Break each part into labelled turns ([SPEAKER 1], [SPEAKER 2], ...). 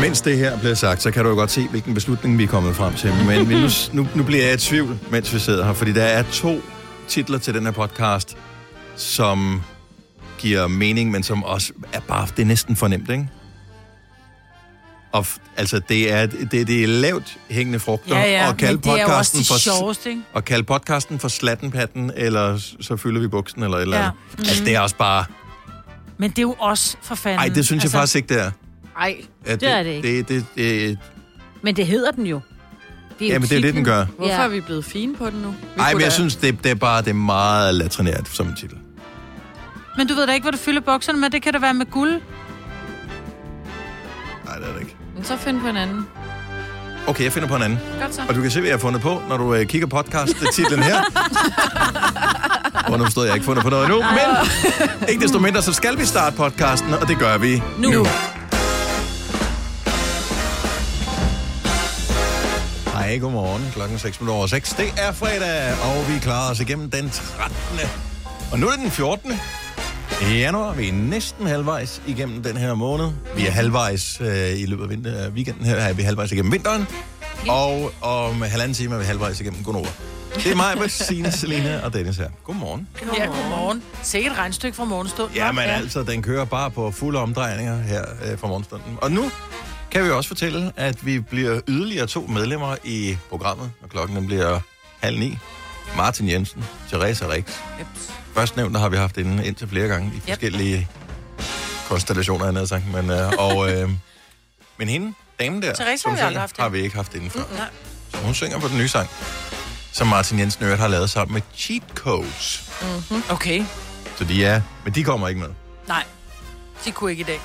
[SPEAKER 1] mens det her bliver sagt, så kan du jo godt se, hvilken beslutning vi er kommet frem til. Men nu, nu, nu bliver jeg i tvivl, mens vi sidder her, fordi der er to titler til den her podcast, som giver mening, men som også er bare, det er næsten fornemt, ikke? Og f- altså, det er, det, det er lavt hængende frugter,
[SPEAKER 2] Ja, ja,
[SPEAKER 1] og kalde
[SPEAKER 2] men det er jo også
[SPEAKER 1] podcasten
[SPEAKER 2] de
[SPEAKER 1] for,
[SPEAKER 2] sjoveste, ikke?
[SPEAKER 1] og kalde podcasten for slattenpatten, eller s- så fylder vi buksen, eller et eller
[SPEAKER 2] Ja. Mm.
[SPEAKER 1] andet. Altså, det er også bare...
[SPEAKER 2] Men det er jo Altså, os for fanden.
[SPEAKER 1] Nej, det synes jeg faktisk ikke, det er.
[SPEAKER 3] Nej,
[SPEAKER 1] Ja,
[SPEAKER 3] det er det ikke.
[SPEAKER 1] Det, det, det,
[SPEAKER 3] Men det hedder den jo. Det
[SPEAKER 1] Jamen, det er jo det, den gør.
[SPEAKER 3] Hvorfor
[SPEAKER 4] Hvorfor
[SPEAKER 3] ja.
[SPEAKER 4] er vi blevet fine på den nu? Vi
[SPEAKER 1] Nej,
[SPEAKER 4] kunne
[SPEAKER 1] men jeg
[SPEAKER 4] da-
[SPEAKER 1] synes, det, det er bare det er meget latrinært som titel.
[SPEAKER 2] Men du ved da ikke, hvor du fylder bukserne med. Det kan da være med guld.
[SPEAKER 1] Nej, det er det ikke.
[SPEAKER 4] Men så find på en anden.
[SPEAKER 1] Okay, jeg finder på en anden.
[SPEAKER 4] Godt så.
[SPEAKER 1] Og du kan se, hvad jeg har fundet på, når du øh, kigger podcast-titlen her. Underforstået, jeg har ikke fundet på noget endnu. Men ikke desto mindre, så skal vi starte podcasten, og det gør vi nu. nu. Hej, godmorgen. Klokken 6 minutter over 6. Det er fredag, og vi klarer os igennem den 13. Og nu er det den 14. I januar. Vi er næsten halvvejs igennem den her måned. Vi er halvvejs øh, i løbet af vinter, weekenden her. Er vi halvvejs igennem vinteren. Og om halvanden time er vi halvvejs igennem Gonova. Det er mig, Signe, Selina og Dennis her. Godmorgen.
[SPEAKER 2] Ja, godmorgen. Sikkert et regnstykke fra morgenstunden.
[SPEAKER 1] Jamen
[SPEAKER 2] hva'?
[SPEAKER 1] altså, den kører bare på fulde omdrejninger her øh, fra morgenstunden. Og nu kan vi også fortælle, at vi bliver yderligere to medlemmer i programmet, når klokken den bliver halv ni. Martin Jensen, Therese Rix.
[SPEAKER 4] Yep.
[SPEAKER 1] Førstnævnte har vi haft inden indtil flere gange i forskellige konstellationer, han havde sagt. Men, øh, og, øh, men hende, damen der,
[SPEAKER 2] Therese
[SPEAKER 1] som
[SPEAKER 2] har vi aldrig
[SPEAKER 1] synger,
[SPEAKER 2] haft
[SPEAKER 1] har vi ikke haft inden før. Så hun synger på den nye sang, som Martin Jensen Øret har lavet sammen med Cheat Codes.
[SPEAKER 2] Mhm. Okay.
[SPEAKER 1] Så de er, men de kommer ikke med.
[SPEAKER 2] Nej, de kunne ikke i dag.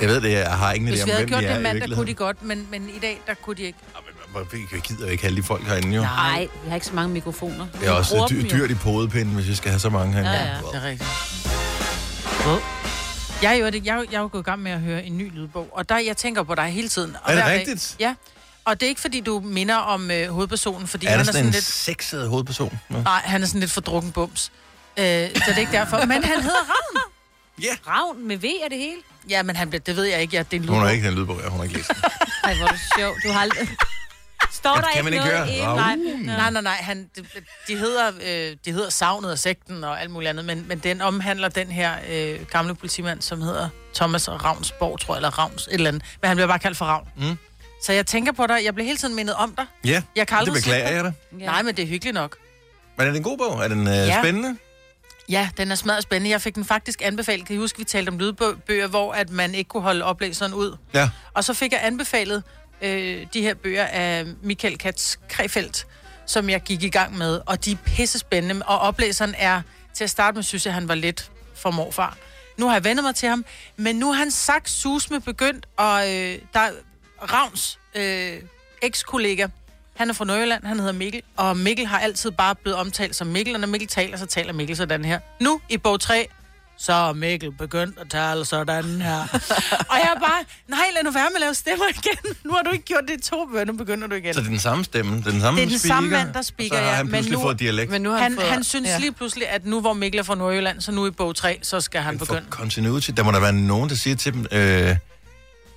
[SPEAKER 1] Jeg ved det, jeg har ingen idé
[SPEAKER 2] Hvis
[SPEAKER 1] om,
[SPEAKER 2] vi havde
[SPEAKER 1] hvem
[SPEAKER 2] gjort
[SPEAKER 1] de er
[SPEAKER 2] det
[SPEAKER 1] i
[SPEAKER 2] mandag, kunne de
[SPEAKER 1] virkeligheden.
[SPEAKER 2] godt, men, men i dag, der kunne de ikke.
[SPEAKER 1] Ej, men hvor- hvor- Jeg gider jo ikke alle de folk herinde, jo.
[SPEAKER 3] Nej, vi har ikke så mange mikrofoner.
[SPEAKER 1] Det er også dy- dyrt i podepinden, hvis jeg skal have så mange herinde.
[SPEAKER 3] Ja, ja.
[SPEAKER 1] Wow.
[SPEAKER 2] er rigtigt. Jeg er, jo, jeg, er jo- jeg er jo gået i gang med at høre en ny lydbog, og der, jeg tænker på dig hele tiden. Og
[SPEAKER 1] Er det
[SPEAKER 2] hver dag-
[SPEAKER 1] rigtigt?
[SPEAKER 2] Ja, og det er ikke, fordi du minder om øh, hovedpersonen, fordi
[SPEAKER 1] Er
[SPEAKER 2] han
[SPEAKER 1] der
[SPEAKER 2] er
[SPEAKER 1] sådan en
[SPEAKER 2] lidt...
[SPEAKER 1] sexet hovedperson? Ja.
[SPEAKER 2] Nej, han er sådan lidt fordrukken bums. Øh, så det er ikke derfor. Men han hedder Ravn.
[SPEAKER 3] Ravn med V er det hele.
[SPEAKER 2] Ja, men han bliver, det ved jeg ikke. Ja, det er en
[SPEAKER 1] Hun
[SPEAKER 2] lydbog.
[SPEAKER 1] har ikke den lydbog, ja, hun har ikke læst den.
[SPEAKER 3] Ej, hvor er det sjovt. Du har aldrig... Står
[SPEAKER 1] At
[SPEAKER 3] der
[SPEAKER 1] kan
[SPEAKER 3] ikke
[SPEAKER 1] man ikke
[SPEAKER 3] noget
[SPEAKER 1] høre?
[SPEAKER 3] i?
[SPEAKER 1] Ravn.
[SPEAKER 3] Nej.
[SPEAKER 2] Nej, nej, nej. Han, de, de, hedder, øh, de hedder Savnet og Sekten og alt muligt andet, men, men den omhandler den her øh, gamle politimand, som hedder Thomas Ravnsborg, tror jeg, eller Ravns, et eller andet. Men han bliver bare kaldt for Ravn. Mm. Så jeg tænker på dig. Jeg bliver hele tiden mindet om dig.
[SPEAKER 1] Ja,
[SPEAKER 2] Jeg kan
[SPEAKER 1] det
[SPEAKER 2] aldrig
[SPEAKER 1] beklager
[SPEAKER 2] slippe
[SPEAKER 1] jeg da.
[SPEAKER 2] Ja. Nej, men det er hyggeligt nok.
[SPEAKER 1] Men er det en god bog? Er den øh,
[SPEAKER 2] Ja.
[SPEAKER 1] spændende?
[SPEAKER 2] Ja, den er smadret spændende. Jeg fik den faktisk anbefalet. Kan I huske, vi talte om lydbøger, hvor at man ikke kunne holde oplæseren ud?
[SPEAKER 1] Ja.
[SPEAKER 2] Og så fik jeg anbefalet øh, de her bøger af Michael Katz Krefeldt, som jeg gik i gang med, og de er pisse spændende. Og oplæseren er, til at starte med, synes jeg, han var lidt for morfar. Nu har jeg vendet mig til ham, men nu har han sagt susme begyndt, og øh, der er Ravns øh, ekskollega, han er fra Nørreland, han hedder Mikkel, og Mikkel har altid bare blevet omtalt som Mikkel, og når Mikkel taler, så taler Mikkel sådan her. Nu i bog 3, så er Mikkel begyndt at tale sådan her. og jeg er bare, nej, lad nu være med at lave stemmer igen. Nu har du ikke gjort det i to bøger, nu begynder du igen.
[SPEAKER 1] Så det er den samme stemme, det er den samme
[SPEAKER 2] Det er den
[SPEAKER 1] speaker,
[SPEAKER 2] samme mand, der
[SPEAKER 1] og
[SPEAKER 2] speaker,
[SPEAKER 1] så har
[SPEAKER 2] ja,
[SPEAKER 1] han
[SPEAKER 2] men
[SPEAKER 1] pludselig
[SPEAKER 2] nu-
[SPEAKER 1] fået dialekt.
[SPEAKER 4] Men nu har han,
[SPEAKER 2] Han,
[SPEAKER 4] fået...
[SPEAKER 2] han synes ja. lige pludselig, at nu hvor Mikkel er fra Nordjylland, så nu i bog 3, så skal han
[SPEAKER 1] for
[SPEAKER 2] begynde.
[SPEAKER 1] continuity. Der må der være nogen, der siger til dem, øh,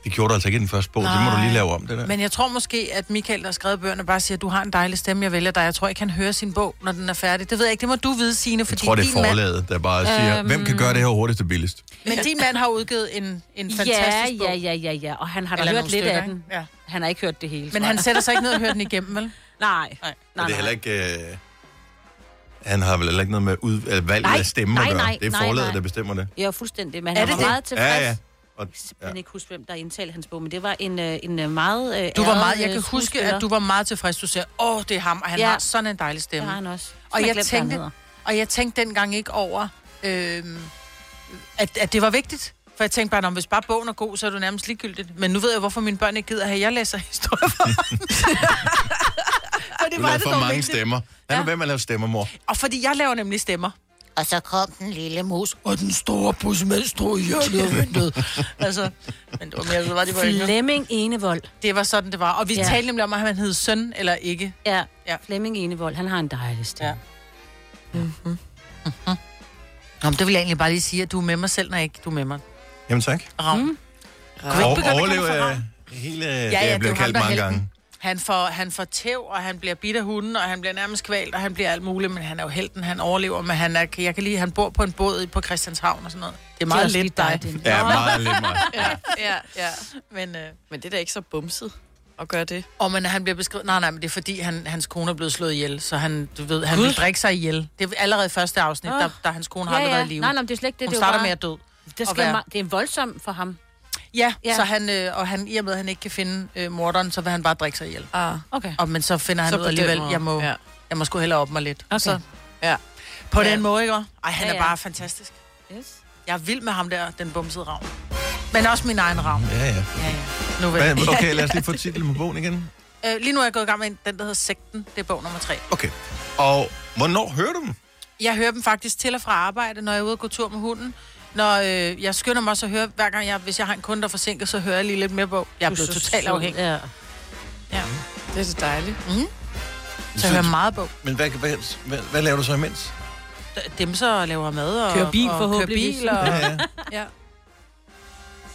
[SPEAKER 1] det gjorde du altså ikke i den første bog, det må du lige lave om, det der.
[SPEAKER 2] Men jeg tror måske, at Michael, der har skrevet bøgerne, bare siger, at du har en dejlig stemme, jeg vælger dig. Jeg tror ikke, han hører sin bog, når den er færdig. Det ved jeg ikke, det må du vide, Signe,
[SPEAKER 1] Jeg
[SPEAKER 2] fordi
[SPEAKER 1] tror, det er
[SPEAKER 2] din, mand, Øhm.
[SPEAKER 1] forlaget, der bare siger, hvem kan gøre det her hurtigst og billigst?
[SPEAKER 2] men din mand har udgivet en, en
[SPEAKER 3] Ja,
[SPEAKER 2] fantastisk bog.
[SPEAKER 3] ja, ja, ja, ja. Og han har da
[SPEAKER 2] Eller
[SPEAKER 3] hørt
[SPEAKER 2] nogle
[SPEAKER 3] lidt
[SPEAKER 2] stykker,
[SPEAKER 3] af den.
[SPEAKER 2] ikke? Ja.
[SPEAKER 3] Han har ikke hørt det hele.
[SPEAKER 2] Men
[SPEAKER 3] tror
[SPEAKER 2] han
[SPEAKER 3] jeg.
[SPEAKER 2] sætter sig ikke ned og hører den igennem, vel?
[SPEAKER 3] Nej.
[SPEAKER 2] Nej.
[SPEAKER 1] Men det er heller ikke... Øh, han har vel heller ikke noget med ud, øh, valget
[SPEAKER 3] Nej,
[SPEAKER 1] af stemmer
[SPEAKER 3] nej,
[SPEAKER 1] at gøre.
[SPEAKER 3] nej,
[SPEAKER 1] Det er
[SPEAKER 3] nej,
[SPEAKER 1] forlaget,
[SPEAKER 3] nej.
[SPEAKER 1] der bestemmer det.
[SPEAKER 3] Ja, fuldstændig. Men
[SPEAKER 2] Er
[SPEAKER 3] han
[SPEAKER 2] det
[SPEAKER 3] var
[SPEAKER 2] det?
[SPEAKER 3] meget tilfreds.
[SPEAKER 1] Ja, ja. Og,
[SPEAKER 3] Jeg kan ikke huske, hvem der indtalte hans bog, men det var en, øh, en øh, meget øh,
[SPEAKER 2] Du var
[SPEAKER 3] æret,
[SPEAKER 2] meget, jeg
[SPEAKER 3] øh,
[SPEAKER 2] kan huske,
[SPEAKER 3] skuespiller.
[SPEAKER 2] at du var meget tilfreds. Du sagde, åh, det er ham, og han ja.
[SPEAKER 3] Ja.
[SPEAKER 2] har sådan en dejlig
[SPEAKER 3] Det
[SPEAKER 2] stemme.
[SPEAKER 3] har han også.
[SPEAKER 2] Og
[SPEAKER 3] Man
[SPEAKER 2] jeg,
[SPEAKER 3] glemte, hvad han
[SPEAKER 2] tænkte,
[SPEAKER 3] hedder.
[SPEAKER 2] og jeg tænkte dengang ikke over, øhm, at, at det var vigtigt. For jeg tænkte bare, "Nå, men hvis bare bogen er god, så er du nærmest ligegyldigt. Men nu ved jeg, hvorfor mine børn ikke gider at have, jeg læser historier for dem. Fordi
[SPEAKER 1] du
[SPEAKER 2] var
[SPEAKER 1] laver
[SPEAKER 2] det
[SPEAKER 1] for
[SPEAKER 2] dog
[SPEAKER 1] mange
[SPEAKER 2] vigtigt.
[SPEAKER 1] stemmer. Han er
[SPEAKER 2] Ja.
[SPEAKER 1] med at lave stemmer, mor.
[SPEAKER 2] Og fordi jeg laver nemlig stemmer.
[SPEAKER 3] Og så kom den lille mus.
[SPEAKER 2] Og den store pussemænd stod i hjørnet og ventede. altså, men det var mere, så var det var ikke noget.
[SPEAKER 3] Flemming Enevold.
[SPEAKER 2] Det var sådan, det var. Og vi ja.
[SPEAKER 3] Ja.
[SPEAKER 2] talte nemlig om, at han hed søn eller ikke.
[SPEAKER 3] Ja.
[SPEAKER 2] Ja.
[SPEAKER 3] ja. Flemming Enevold, han har en dejlig stemme.
[SPEAKER 2] Ja. Mhm. Nå, men det vil jeg egentlig bare lige sige, at du er med mig selv, når ikke du er med mig.
[SPEAKER 1] Jamen tak.
[SPEAKER 2] Ravn. Mm. Kan vi
[SPEAKER 3] Mhm.
[SPEAKER 1] Og
[SPEAKER 2] ikke begynde at kalde
[SPEAKER 1] overlever
[SPEAKER 2] mig for
[SPEAKER 1] jeg...
[SPEAKER 2] Ravn?
[SPEAKER 1] hele... Ja,
[SPEAKER 2] ja,
[SPEAKER 1] det er
[SPEAKER 2] det er jo
[SPEAKER 1] blevet
[SPEAKER 2] ham,
[SPEAKER 1] kaldt
[SPEAKER 2] der er
[SPEAKER 1] mange
[SPEAKER 2] helten.
[SPEAKER 1] gange.
[SPEAKER 2] Han får, han får tæv, og han bliver bidt af hunden, og han bliver nærmest kvalt, og han bliver alt muligt, men han er jo helten, han overlever, men han er, jeg kan lide, han bor på en båd på Christianshavn og sådan noget. Det er meget
[SPEAKER 3] også
[SPEAKER 2] lidt
[SPEAKER 3] lidt
[SPEAKER 2] dig.
[SPEAKER 3] dig, det
[SPEAKER 1] Ja, meget lidt meget.
[SPEAKER 2] Ja, ja, ja. Men, øh,
[SPEAKER 4] Men det er da ikke så bumset at gøre det.
[SPEAKER 2] og men han bliver beskrevet, nej, nej, men det er fordi, han, hans kone er blevet slået ihjel, så han, du ved, han vil drikke sig ihjel. Det er allerede i første afsnit,
[SPEAKER 3] Åh.
[SPEAKER 2] der, der, hans kone har
[SPEAKER 3] Ah. Ja,
[SPEAKER 2] aldrig
[SPEAKER 3] ja.
[SPEAKER 2] været i live.
[SPEAKER 3] Nej, nej, men det er slet ikke det.
[SPEAKER 2] Hun
[SPEAKER 3] det er jo
[SPEAKER 2] starter
[SPEAKER 3] bare-
[SPEAKER 2] med at død.
[SPEAKER 3] Det,
[SPEAKER 2] at være-
[SPEAKER 3] skal meget, det er voldsomt for ham.
[SPEAKER 2] Ja,
[SPEAKER 3] Ja.
[SPEAKER 2] ja. så han, øh, og han, i og med, at han ikke kan finde øh, morderen, så vil han bare drikke sig ihjel.
[SPEAKER 4] Ah,
[SPEAKER 3] Okay.
[SPEAKER 2] Og, men så finder han så
[SPEAKER 4] så
[SPEAKER 2] ud
[SPEAKER 4] på
[SPEAKER 2] alligevel,
[SPEAKER 4] den måde.
[SPEAKER 2] jeg må, ja.
[SPEAKER 4] Ja.
[SPEAKER 2] jeg må sgu hellere op mig lidt.
[SPEAKER 3] Okay.
[SPEAKER 2] Så,
[SPEAKER 4] ja.
[SPEAKER 2] på
[SPEAKER 3] Ja.
[SPEAKER 2] den måde, ikke? også? Ej, han
[SPEAKER 3] Ja,
[SPEAKER 2] er
[SPEAKER 3] ja.
[SPEAKER 2] bare fantastisk.
[SPEAKER 3] Yes.
[SPEAKER 2] Jeg er vild med ham der, den bumsede ravn. Men også min egen ravn.
[SPEAKER 1] Ja, ja.
[SPEAKER 3] Ja, ja.
[SPEAKER 2] Nu vel.
[SPEAKER 1] Hvad- Okay, lad os lige få titlen på bogen igen.
[SPEAKER 2] Øh, lige nu er jeg gået i gang med en- den, der hedder Sekten. Det er bog nummer tre.
[SPEAKER 1] Okay. Og hvornår hører du dem?
[SPEAKER 2] Jeg hører dem faktisk til og fra arbejde, når jeg er ude og gå tur med hunden. Når øh, jeg skynder mig også at høre, hver gang jeg, hvis jeg har en kunde, der er forsinket, så hører jeg lige lidt mere bog. Jeg er blevet totalt afhængig. Mhm.
[SPEAKER 3] Ja.
[SPEAKER 4] Det er så dejligt.
[SPEAKER 2] Så jeg hører meget bog.
[SPEAKER 1] Men hvad, hvad, hvad, hvad laver du så imens?
[SPEAKER 2] Dem så laver mad og...
[SPEAKER 3] Kører bil
[SPEAKER 2] og
[SPEAKER 3] forhåbentlig.
[SPEAKER 2] Kører bil og...
[SPEAKER 1] Ja, ja.
[SPEAKER 2] ja.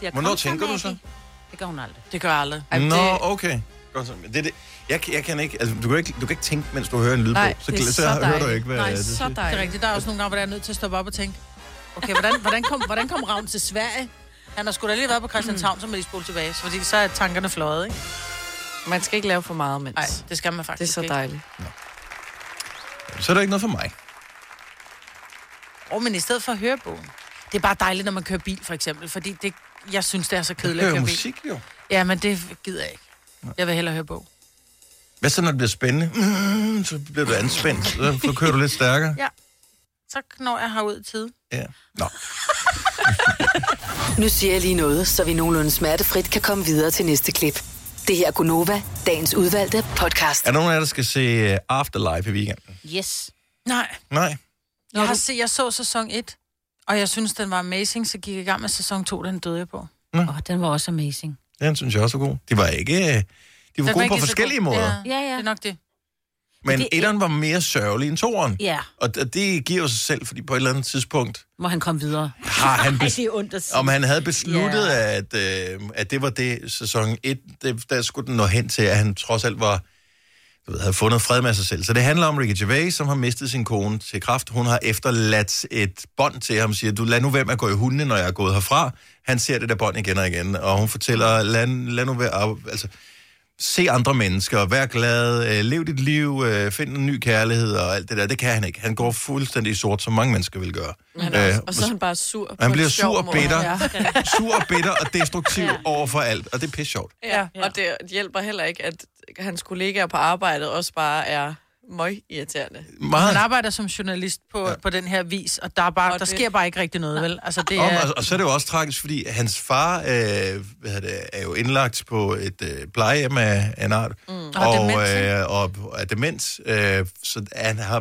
[SPEAKER 3] Siger,
[SPEAKER 1] Hvornår
[SPEAKER 3] "Kom så,
[SPEAKER 1] tænker du
[SPEAKER 3] Maggie."
[SPEAKER 1] så?
[SPEAKER 3] Det gør hun aldrig.
[SPEAKER 2] Det gør jeg aldrig.
[SPEAKER 4] Ej, men
[SPEAKER 1] Nå,
[SPEAKER 4] det-
[SPEAKER 1] okay. Godt så. Det, er det, jeg, kan- jeg kan ikke, altså, du kan ikke, du kan ikke tænke, mens du hører en lydbog.
[SPEAKER 4] Nej,
[SPEAKER 1] så,
[SPEAKER 4] det er
[SPEAKER 1] så,
[SPEAKER 4] så
[SPEAKER 1] så hører du
[SPEAKER 4] dejligt.
[SPEAKER 1] ikke, hvad
[SPEAKER 4] Nej,
[SPEAKER 1] det
[SPEAKER 4] så
[SPEAKER 1] siger.
[SPEAKER 4] dejligt.
[SPEAKER 2] Det er rigtigt. Der er også nogle gange, hvor jeg er nødt til at stoppe op og tænke, okay, hvordan, hvordan, kom, hvordan kom Ravn til Sverige? Han har sgu da lige været på Christianshavn, så må de spole tilbage, fordi så er tankerne fløjet, ikke?
[SPEAKER 4] Man skal ikke lave for meget, mens.
[SPEAKER 2] Nej, det skal man
[SPEAKER 4] Det er
[SPEAKER 2] faktisk
[SPEAKER 4] så dejligt.
[SPEAKER 1] Så er der ikke noget for mig.
[SPEAKER 2] ikke. Og men i stedet for at høre bogen. Det er bare dejligt, når man kører bil, for eksempel, fordi det, jeg synes, det er så kedeligt at
[SPEAKER 1] Hører
[SPEAKER 2] køre bil.
[SPEAKER 1] musik jo.
[SPEAKER 2] Ja, men det gider jeg ikke. Jeg vil hellere høre bog.
[SPEAKER 1] Hvad så, når det bliver spændende? Mm, så bliver du anspændt. Så, så kører du lidt stærkere.
[SPEAKER 2] Ja. Så når jeg har ud i tide.
[SPEAKER 1] Ja. Nå.
[SPEAKER 5] Nu siger jeg lige noget, så vi nogenlunde smertefrit kan komme videre til næste klip. Det her er Gunova, dagens udvalgte podcast.
[SPEAKER 1] Er der nogen af jer, der skal se øh, Afterlife i weekenden?
[SPEAKER 3] Yes.
[SPEAKER 2] Nej,
[SPEAKER 1] Nej.
[SPEAKER 2] jeg, har set, jeg så sæson 1, og jeg synes, den var amazing, så gik jeg i gang med sæson 2, den døde jeg på.
[SPEAKER 3] Åh, oh, den var også amazing.
[SPEAKER 1] Den synes jeg også er god. De var ikke... øh, De var
[SPEAKER 2] Den
[SPEAKER 1] gode
[SPEAKER 2] ikke
[SPEAKER 1] på
[SPEAKER 2] lige så
[SPEAKER 1] forskellige
[SPEAKER 2] god.
[SPEAKER 1] måder.
[SPEAKER 2] Ja.
[SPEAKER 3] Ja,
[SPEAKER 2] Det
[SPEAKER 3] ja.
[SPEAKER 2] er nok det.
[SPEAKER 1] Men
[SPEAKER 3] Det er-
[SPEAKER 1] etteren var mere sørgelig end toeren.
[SPEAKER 3] Ja,
[SPEAKER 1] Og og det giver jo sig selv, fordi på et eller andet tidspunkt
[SPEAKER 3] må han komme videre.
[SPEAKER 1] har han
[SPEAKER 3] Ej,
[SPEAKER 1] bes-
[SPEAKER 3] det er ondt at sige.
[SPEAKER 1] om han havde besluttet, at, øh, at det var det sæson 1, det, der skulle den nå hen til, at han trods alt var, du ved, havde fundet fred med sig selv. Så det handler om Ricky Gervais, som har mistet sin kone til kraft. Hun har efterladt et bånd til ham, siger, du lad nu være med at gå i hundene, når jeg er gået herfra. Han ser det der bånd igen og igen, og hun fortæller, lad, lad nu være, altså, se andre mennesker, vær glad, øh, lev dit liv, øh, find en ny kærlighed og alt det der. Det kan han ikke. Han går fuldstændig i sort, som mange mennesker vil gøre.
[SPEAKER 4] Han er
[SPEAKER 1] Øh,
[SPEAKER 4] også, og så er han bare sur. på
[SPEAKER 1] han
[SPEAKER 4] en
[SPEAKER 1] bliver
[SPEAKER 4] sjov
[SPEAKER 1] sur og
[SPEAKER 4] måde.
[SPEAKER 1] bitter,
[SPEAKER 4] Ja.
[SPEAKER 1] sur og bitter og destruktiv over for alt, og det er pisse sjovt.
[SPEAKER 4] Ja. ja, og det hjælper heller ikke, at hans kollegaer på arbejdet også bare er møg irriterende.
[SPEAKER 2] Han
[SPEAKER 1] Meget.
[SPEAKER 2] arbejder som journalist på, ja. på den her vis, og der, er bare,
[SPEAKER 4] Og
[SPEAKER 2] der
[SPEAKER 4] det-
[SPEAKER 2] sker bare ikke rigtig noget, vel? Altså, det
[SPEAKER 1] Om,
[SPEAKER 2] er...
[SPEAKER 1] og, og så er det jo også tragisk, fordi hans far øh, hvad hedder det, er jo indlagt på et øh, plejehjem af, af en art, mm. og,
[SPEAKER 2] Og har demens,
[SPEAKER 1] øh, og, og er demens, øh, så han har,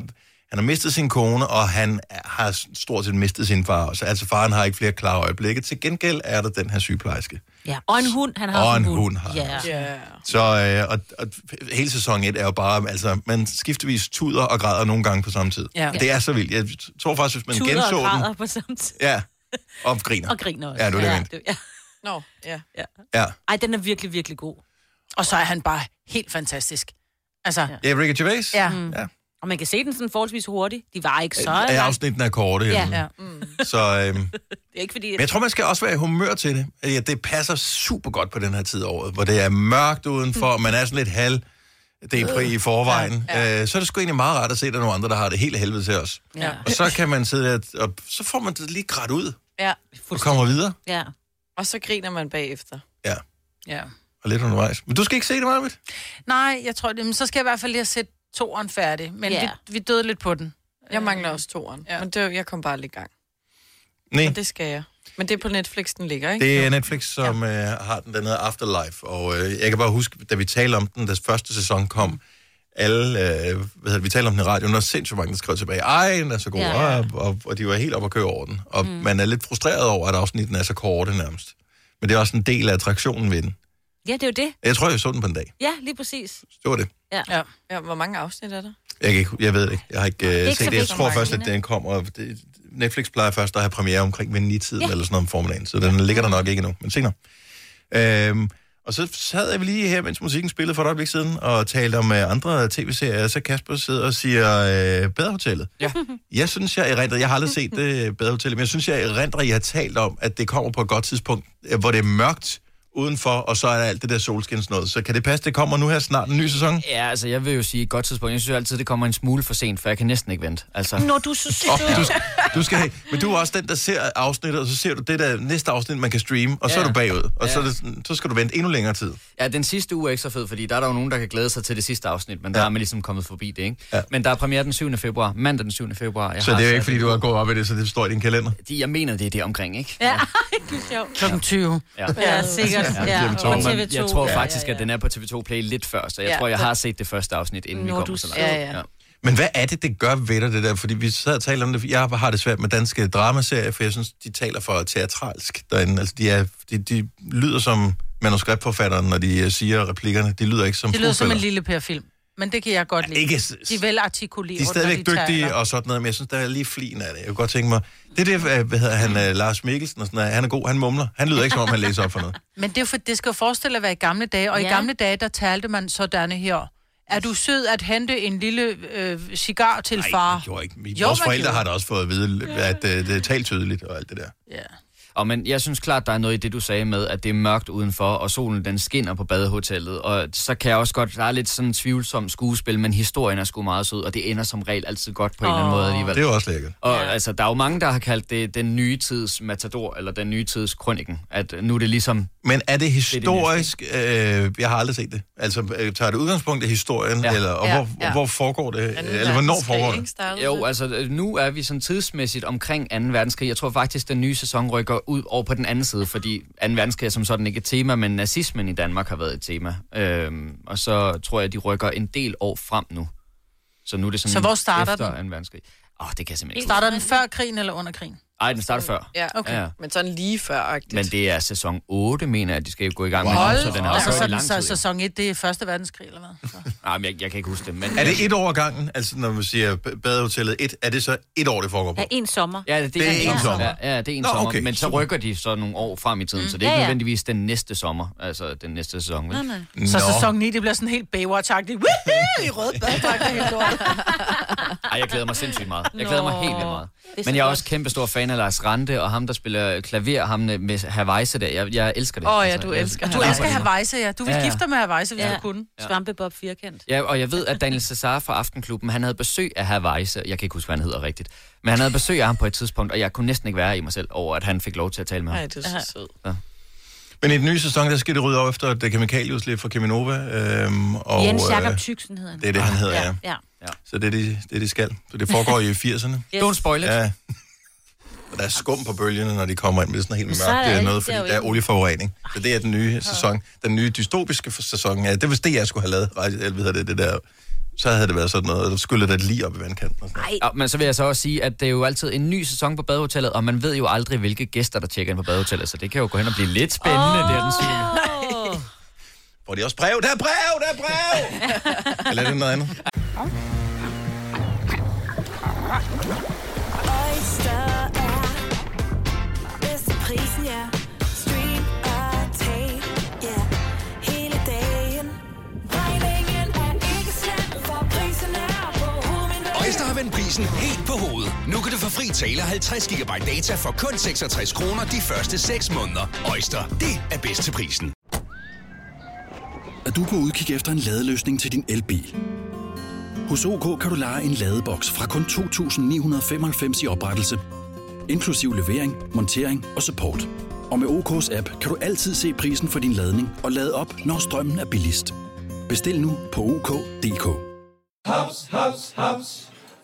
[SPEAKER 1] han har mistet sin kone, og han har stort set mistet sin far også. Altså faren har ikke flere klare øjeblikke. Til gengæld er der den her sygeplejerske.
[SPEAKER 3] Ja. Og en hund, han har
[SPEAKER 1] Og
[SPEAKER 3] også
[SPEAKER 1] en hund har han
[SPEAKER 3] Ja.
[SPEAKER 4] Ja.
[SPEAKER 1] Så øh, og, og hele sæson 1 er jo bare, altså, man skiftevis tuder og græder nogle gange på samme tid.
[SPEAKER 2] Ja.
[SPEAKER 1] Det er så vildt. Jeg tror faktisk, hvis man
[SPEAKER 3] Tuder
[SPEAKER 1] genså
[SPEAKER 3] og
[SPEAKER 1] den...
[SPEAKER 3] græder på samme tid.
[SPEAKER 1] Ja, og griner.
[SPEAKER 3] Og griner også.
[SPEAKER 1] Ja, det var det, jeg
[SPEAKER 3] ja,
[SPEAKER 1] mente.
[SPEAKER 3] det- ja.
[SPEAKER 4] Nå, ja.
[SPEAKER 1] Ja.
[SPEAKER 3] Ej, den er virkelig, virkelig god.
[SPEAKER 2] Og så er han bare helt fantastisk. Altså, ja.
[SPEAKER 1] ja, Ricky Gervais?
[SPEAKER 2] ja.
[SPEAKER 1] ja.
[SPEAKER 3] Og man kan se den sådan forholdsvis hurtigt. De var ikke så
[SPEAKER 1] Ja,
[SPEAKER 3] langt.
[SPEAKER 1] afsnitten Øh, er korte. Ja.
[SPEAKER 2] ja.
[SPEAKER 1] Så, øhm,
[SPEAKER 3] Det er ikke fordi...
[SPEAKER 1] men jeg tror, man skal også være i humør til det. Ja, det passer super godt på den her tid af året, hvor det er mørkt udenfor, man er sådan lidt halv depri i forvejen. Ja, ja. så er det sgu egentlig meget rart at se, at der er nogle andre, der har det helt af helvede til os.
[SPEAKER 3] Ja,
[SPEAKER 1] Og så kan man sidde der, og så får man det lige grædt ud
[SPEAKER 4] ja.
[SPEAKER 1] og kommer videre.
[SPEAKER 3] ja.
[SPEAKER 4] Og så griner man bagefter.
[SPEAKER 1] Ja,
[SPEAKER 2] ja.
[SPEAKER 1] og lidt undervejs. Men du skal ikke se det, Marvitt?
[SPEAKER 2] Nej, jeg tror det. Men så skal jeg i hvert fald lige have set toeren færdig. Men
[SPEAKER 3] Ja.
[SPEAKER 2] ja. vi, vi døde lidt på den.
[SPEAKER 4] Jeg mangler også toeren, ja. men det, jeg kom bare lidt i gang.
[SPEAKER 1] Nej.
[SPEAKER 4] Og det skal jeg. Men det er på Netflix, den ligger, ikke?
[SPEAKER 1] Det er Netflix, som ja. øh, har den, den hedder Afterlife, og øh, jeg kan bare huske, da vi talte om den, da første sæson kom, alle, øh, hvad hedder, det, vi talte om den i radioen, og sindssygt mange, der skrev tilbage, ej, den er så god,
[SPEAKER 3] Ja,
[SPEAKER 1] ja, ja. Og, og de var helt op at køre over den, og mm. man er lidt frustreret over, at afsnitten er så korte nærmest. Men det er også en del af attraktionen ved den.
[SPEAKER 3] ja, det er jo det.
[SPEAKER 1] Jeg tror, jeg så den på en dag.
[SPEAKER 3] Ja, lige præcis.
[SPEAKER 1] Det var det.
[SPEAKER 2] Ja.
[SPEAKER 4] Ja, hvor mange afsnit er der?
[SPEAKER 1] Jeg, kan ikke, jeg ved det ikke. Jeg har ikke, øh,
[SPEAKER 3] ikke så
[SPEAKER 1] set det. Jeg
[SPEAKER 3] vigtigt.
[SPEAKER 1] tror først, at den kommer. og Det, Netflix plejer først at have premiere omkring ved 9-tiden ja. eller sådan noget om formiddagen, så den ligger der nok ikke endnu, men senere. Øhm, Og så sad jeg lige her, mens musikken spillede for et øjeblik siden, og talte om øh, andre tv-serier, så Kasper sidder og siger øh, Badehotellet.
[SPEAKER 6] Ja.
[SPEAKER 1] Jeg synes, jeg erindrer, jeg har aldrig set det Badehotellet, men jeg synes, jeg erindrer, I har talt om, at det kommer på et godt tidspunkt, øh, hvor det er mørkt udenfor, og så er der alt det der solskins noget. Så kan det passe, det kommer nu her snart en ny sæson?
[SPEAKER 6] Ja, altså jeg vil jo sige et godt tidspunkt. Jeg synes jo altid, det kommer en smule for sent, for jeg kan næsten ikke vente. Altså,
[SPEAKER 3] Når du er så sød.
[SPEAKER 1] Du, du skal have, men du er også den, der ser afsnittet, og så ser du det der næste afsnit, man kan streame, og ja. så er
[SPEAKER 6] Ja.
[SPEAKER 1] du bagud, og ja. så, er
[SPEAKER 6] Ja.
[SPEAKER 1] det, sådan- så skal du vente endnu længere tid.
[SPEAKER 6] ja, den sidste uge er ikke så fed, fordi der er der jo nogen, der kan glæde sig til det sidste afsnit, men ja. der er man ligesom kommet forbi det, ikke?
[SPEAKER 1] Ja.
[SPEAKER 6] Ja. Men der er premiere den 7. februar, mandag den 7. februar. Jeg
[SPEAKER 1] Så det er jo
[SPEAKER 6] sat
[SPEAKER 1] ikke, fordi du har gået op i det, så det står i din kalender.
[SPEAKER 6] De, jeg mener, det er det omkring, ikke?
[SPEAKER 3] Ja, det er sjovt.
[SPEAKER 2] Klokken 20.
[SPEAKER 6] Ja.
[SPEAKER 3] Ja, sikkert. Ja,
[SPEAKER 1] TV2.
[SPEAKER 3] og
[SPEAKER 6] Og man,
[SPEAKER 3] TV2.
[SPEAKER 6] jeg tror
[SPEAKER 3] Ja,
[SPEAKER 6] faktisk,
[SPEAKER 3] ja, ja.
[SPEAKER 6] at den er på TV2 Play lidt før, så jeg
[SPEAKER 4] Ja.
[SPEAKER 6] tror, jeg har set det første afsnit, inden vi
[SPEAKER 3] Når
[SPEAKER 6] kommer
[SPEAKER 3] du
[SPEAKER 6] så
[SPEAKER 3] så-
[SPEAKER 6] langt.
[SPEAKER 4] Ja, ja.
[SPEAKER 1] Men hvad er det, det gør ved dig, det der? Fordi vi sad og talte om det. Jeg har det svært med danske dramaserier, for jeg synes, de taler for teatralsk derinde. Altså, de, er, de, de lyder som manuskriptforfatteren, når de øh, siger replikkerne. De lyder ikke som
[SPEAKER 2] Det lyder som en
[SPEAKER 1] skuespillere.
[SPEAKER 2] lille Per-film, men det kan jeg godt lide.
[SPEAKER 1] Ikke, s-
[SPEAKER 2] De er velartikuleret,
[SPEAKER 1] de er stadigvæk
[SPEAKER 2] når de
[SPEAKER 1] dygtige
[SPEAKER 2] taler.
[SPEAKER 1] og sådan noget, men jeg synes, der er lige flin af det. Jeg kunne godt tænke mig, det der, hvad hvad hedder han, øh, Lars Mikkelsen og sådan noget, han er god, han mumler. Han lyder ikke, som om han læser op for noget.
[SPEAKER 2] Men det, er jo for, det skal jo forestille at være i gamle dage, og ja. i
[SPEAKER 3] Ja.
[SPEAKER 2] gamle dage, der talte man sådanne her. Er du sød at hente en lille øh, cigar til
[SPEAKER 1] Nej,
[SPEAKER 2] far?
[SPEAKER 1] jo ikke. Vi-
[SPEAKER 2] Jo,
[SPEAKER 1] Vores
[SPEAKER 2] man
[SPEAKER 1] forældre
[SPEAKER 2] gjorde.
[SPEAKER 1] har da også fået at vide, at øh, det er talt tydeligt og alt det der.
[SPEAKER 2] Ja.
[SPEAKER 6] Og men jeg synes klart, der er noget i det, du sagde med, at det er mørkt udenfor, og solen den skinner på badehotellet. Og så kan jeg også godt, der er lidt sådan tvivlsom skuespil, men historien er sgu meget sød, og det ender som regel altid godt på en eller anden måde alligevel.
[SPEAKER 1] Det er jo også lækkert.
[SPEAKER 6] Og ja. altså, der er jo mange, der har kaldt det den nye tids matador, eller den nye tids kronikken. At nu er det ligesom,
[SPEAKER 1] Men er det
[SPEAKER 6] næste.
[SPEAKER 1] historisk? Det øh, jeg har aldrig set det. Altså, øh, tager det udgangspunkt i historien, ja.
[SPEAKER 6] Ja.
[SPEAKER 1] eller, og
[SPEAKER 4] Ja,
[SPEAKER 1] hvor, ja.
[SPEAKER 4] ja.
[SPEAKER 1] hvor foregår det?
[SPEAKER 4] Anden
[SPEAKER 1] eller hvornår
[SPEAKER 4] verdenskrig,
[SPEAKER 1] foregår
[SPEAKER 4] ikke?
[SPEAKER 1] det?
[SPEAKER 4] Startede
[SPEAKER 6] jo,
[SPEAKER 4] det?
[SPEAKER 6] altså nu er vi sådan tidsmæssigt omkring 2. verdenskrig. Jeg tror faktisk, den nye sæson rykker ud over på den anden side, fordi 2. verdenskrig er som sådan ikke et tema, men nazismen i Danmark har været et tema. Øhm, og så tror jeg, de rykker en del år frem nu. Så nu er det sådan
[SPEAKER 2] Så hvor starter
[SPEAKER 6] efter
[SPEAKER 2] den?
[SPEAKER 6] 2. verdenskrig. Åh, oh, det kan jeg simpelthen ikke.
[SPEAKER 2] Starter den før krigen eller under krigen?
[SPEAKER 6] Ej, den starter før.
[SPEAKER 4] Ja, okay.
[SPEAKER 6] Ja.
[SPEAKER 4] Men sådan lige før-agtigt.
[SPEAKER 6] Men det er sæson 8, mener jeg, at de skal gå i gang med. nu, så den er
[SPEAKER 2] altså, så,
[SPEAKER 6] også kørt i
[SPEAKER 2] den,
[SPEAKER 6] lang tid.
[SPEAKER 2] så,
[SPEAKER 6] jo.
[SPEAKER 2] sæson 1, det er første verdenskrig, eller hvad? Så.
[SPEAKER 6] Nej, men jeg, jeg kan ikke huske det. Men
[SPEAKER 1] Er det et år ad gangen? Altså, når man siger b- badehotellet 1, er det så et år, det foregår på?
[SPEAKER 3] Ja, en sommer.
[SPEAKER 6] Ja, det,
[SPEAKER 1] Det er en sommer.
[SPEAKER 6] Ja, ja, det er en
[SPEAKER 1] Nå,
[SPEAKER 6] sommer.
[SPEAKER 1] okay,
[SPEAKER 6] Men så
[SPEAKER 1] super.
[SPEAKER 6] rykker de så nogle år frem i tiden, så det er
[SPEAKER 3] Ja,
[SPEAKER 6] ikke
[SPEAKER 3] ja.
[SPEAKER 6] nødvendigvis den næste sommer, altså den næste sæson.
[SPEAKER 3] Nej,
[SPEAKER 6] Vel?
[SPEAKER 3] nej.
[SPEAKER 1] Nå.
[SPEAKER 2] så sæson 9, det bliver sådan helt Baywatch-agtigt. Woohoo! I røde badedragter hele lortet.
[SPEAKER 6] Ej, jeg glæder mig sindssygt meget. Jeg glæder mig
[SPEAKER 3] Nå,
[SPEAKER 6] helt vildt meget.
[SPEAKER 3] det er så
[SPEAKER 6] Men jeg er
[SPEAKER 3] godt.
[SPEAKER 6] også kæmpe stor fan af Lars Rante, og ham, der spiller klaver, ham med Havajse der. Jeg, jeg elsker det. Altså,
[SPEAKER 4] Åh, ja, du elsker
[SPEAKER 6] jeg,
[SPEAKER 2] Du elsker
[SPEAKER 6] jeg-
[SPEAKER 2] Havajse, ja. Du vil
[SPEAKER 6] Ja, ja.
[SPEAKER 2] gifte dig med Havajse, hvis
[SPEAKER 3] Ja.
[SPEAKER 2] du kunne.
[SPEAKER 3] Svampebob firkant.
[SPEAKER 6] Ja, og jeg ved, at Daniel Cesar fra Aftenklubben, han havde besøg af Havajse. Jeg kan ikke huske, hvad han hedder rigtigt. Men han havde besøg af ham på et tidspunkt, og jeg kunne næsten ikke være i mig selv over, at han fik lov til at tale med ham.
[SPEAKER 4] Ej, det er så sød.
[SPEAKER 1] Men i den nye sæson, der skal det rydde op efter det kemikalieudslip fra Keminova. Øhm, og,
[SPEAKER 3] Jens
[SPEAKER 1] øh,
[SPEAKER 3] Jakob Tyksen hedder han.
[SPEAKER 1] Det er det, han hedder, ja.
[SPEAKER 3] Ja.
[SPEAKER 1] Så det er det, det, er de skal. Så det foregår i 80'erne.
[SPEAKER 3] Yes.
[SPEAKER 6] Don't spoil it.
[SPEAKER 1] Ja. Og der er skum på bølgerne, når de kommer ind med sådan helt
[SPEAKER 3] så
[SPEAKER 1] mørkt
[SPEAKER 3] er
[SPEAKER 1] det er
[SPEAKER 3] alt
[SPEAKER 1] noget, fordi
[SPEAKER 3] derude. Ah.
[SPEAKER 1] der er olieforurening. Så det er den nye sæson. Den nye dystopiske f- sæson. Ja, det var det, jeg skulle have lavet. Rejse- Eller, hvad hedder det, det der. Så havde det været sådan noget, og der skyllede der lige op i vandkanten. Og sådan noget.
[SPEAKER 6] Ja, men så vil jeg så også sige, at det er jo altid en ny sæson på badehotellet, og man ved jo aldrig, hvilke gæster, der tjekker ind på badehotellet, så det kan jo gå hen og blive lidt spændende, oh. det er den syvende.
[SPEAKER 3] Åh.
[SPEAKER 1] Får de også brev? Der er brev! Der er brev! Eller er det noget andet?
[SPEAKER 7] Oyster er bedst til prisen, ja. Stream og tag, ja. Hele dagen. Regningen er ikke slem, for prisen er på hovedet.
[SPEAKER 8] Øjster har vendt prisen helt på hovedet. Nu kan du få fri tale 50 GB data for kun 66 kroner de første 6 måneder. Øjster, det er bedst til prisen.
[SPEAKER 9] at du er på udkig efter en ladeløsning til din elbil. Hos OK kan du lege en ladeboks fra kun 2.995 i oprettelse, inklusiv levering, montering og support. Og med OK's app kan du altid se prisen for din ladning og lade op, når strømmen er billigst. Bestil nu på OK.dk.
[SPEAKER 10] Haps, haps, haps.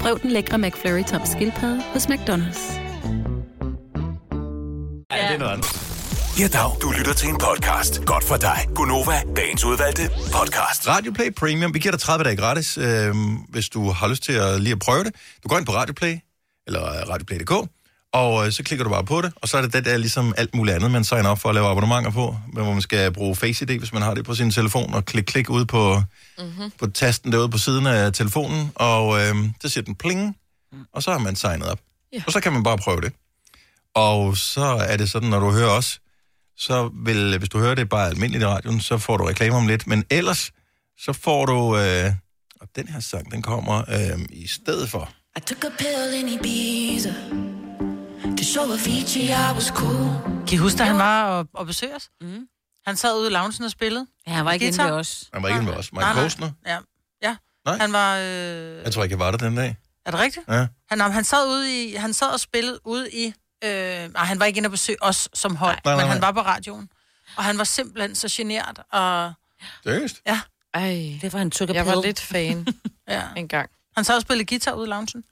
[SPEAKER 11] Prøv den lækre McFlurry tom skildpadde hos McDonald's.
[SPEAKER 6] Ja, det er noget andet.
[SPEAKER 8] Ja, dag. Du lytter til en podcast. Godt for dig. Gunova, dagens udvalgte podcast.
[SPEAKER 1] Radioplay Premium, vi giver dig 30 dage gratis, øh, hvis du har lyst til at lige at prøve det. Du går ind på Radioplay, eller øh, radioplay.dk, og øh, så klikker du bare på det, og så er det det der ligesom alt muligt andet, man signer op for at lave abonnementer på, men hvor man skal bruge Face ID, hvis man har det på sin telefon, og klik klik ud på, mm-hmm. på tasten derude på siden af telefonen, og øh, så siger den pling, og så har man signet op.
[SPEAKER 4] Ja.
[SPEAKER 1] Og så kan man bare prøve det. Og så er det sådan, når du hører os, så vil, hvis du hører det bare almindeligt i radioen, så får du reklamer om lidt. Men ellers, så får du... Øh, og den her sang, den kommer øh, i stedet for.
[SPEAKER 7] I took a pill in Ibiza to show Avicii I was cool.
[SPEAKER 2] Kan I huske, da han var og, og besøgte os? Mm. Han sad ude i loungen og spillede. Ja, han
[SPEAKER 3] var ikke inde ved os.
[SPEAKER 1] Han var ikke med os. Mike Kostner?
[SPEAKER 2] Ja, ja.
[SPEAKER 1] Nej.
[SPEAKER 2] han var... Øh,
[SPEAKER 1] Jeg tror ikke, jeg var der den dag.
[SPEAKER 2] er det rigtigt?
[SPEAKER 1] Ja.
[SPEAKER 2] Han, han, sad ude i, han sad og spillede ude i... Øh, nej, han var ikke inde og besøge os som hold, nej, nej,
[SPEAKER 1] nej,
[SPEAKER 2] nej. men
[SPEAKER 1] nej.
[SPEAKER 2] han var på radioen. Og han var simpelthen så generet, og...
[SPEAKER 1] Seriøst?
[SPEAKER 2] Ja.
[SPEAKER 4] Ej,
[SPEAKER 3] det var en tukker
[SPEAKER 4] jeg var lidt fan
[SPEAKER 2] ja.
[SPEAKER 4] en gang.
[SPEAKER 2] Han sad og spillede guitar ude i loungen.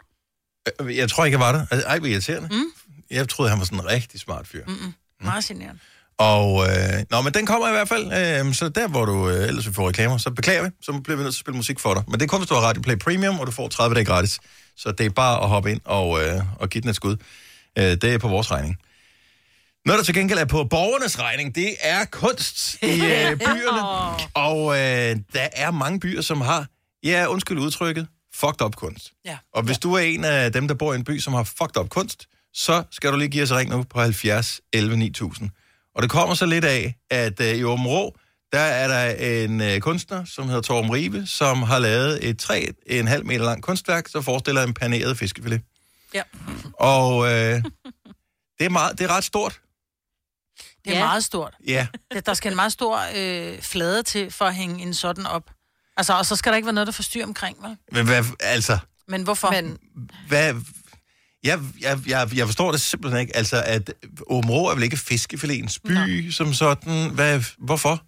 [SPEAKER 1] Øh, Jeg tror ikke, jeg var der. Altså, Ej, hvor irriterende. Mm. Jeg troede, han var sådan en rigtig smart fyr. Mm.
[SPEAKER 2] Meget generet.
[SPEAKER 1] Og, øh, nå, men den kommer i hvert fald. Øh, så der, hvor du øh, ellers vil få reklamer, så beklager vi. Så bliver vi nødt til at spille musik for dig. Men det kommer, hvis du har Radio Play Premium, og du får 30 dage gratis. Så det er bare at hoppe ind og, øh, og give den et skud. Øh, det er på vores regning. Noget, der til gengæld er på borgernes regning, det er kunst i øh, byerne. Og øh, der er mange byer, som har, ja, undskyld udtrykket, fucked up kunst.
[SPEAKER 2] Ja.
[SPEAKER 1] Og hvis du er en af dem, der bor i en by, som har fucked up kunst, så skal du lige give os et ring nu på 70 11 9000. Og det kommer så lidt af, at øh, i Åben Rå, der er der en øh, kunstner, som hedder Torben Ribe, som har lavet et træ, en halv meter langt kunstværk, der forestiller en paneret fiskefilet.
[SPEAKER 2] Ja.
[SPEAKER 1] Og øh, det, er meget, det er ret stort.
[SPEAKER 2] Det er ja. meget stort.
[SPEAKER 1] Ja,
[SPEAKER 2] Der- Der skal en meget stor øh, flade til for at hænge en sådan op. Altså, og så skal der ikke være noget, der forstyrrer omkring, vel?
[SPEAKER 1] men hvad, altså,
[SPEAKER 2] Men hvorfor? Men,
[SPEAKER 1] hvad... Jeg, jeg, jeg, jeg forstår det simpelthen ikke. Altså, at Åben Rå er vel ikke fiskefiletens by Nej. som sådan. Hvad, hvorfor?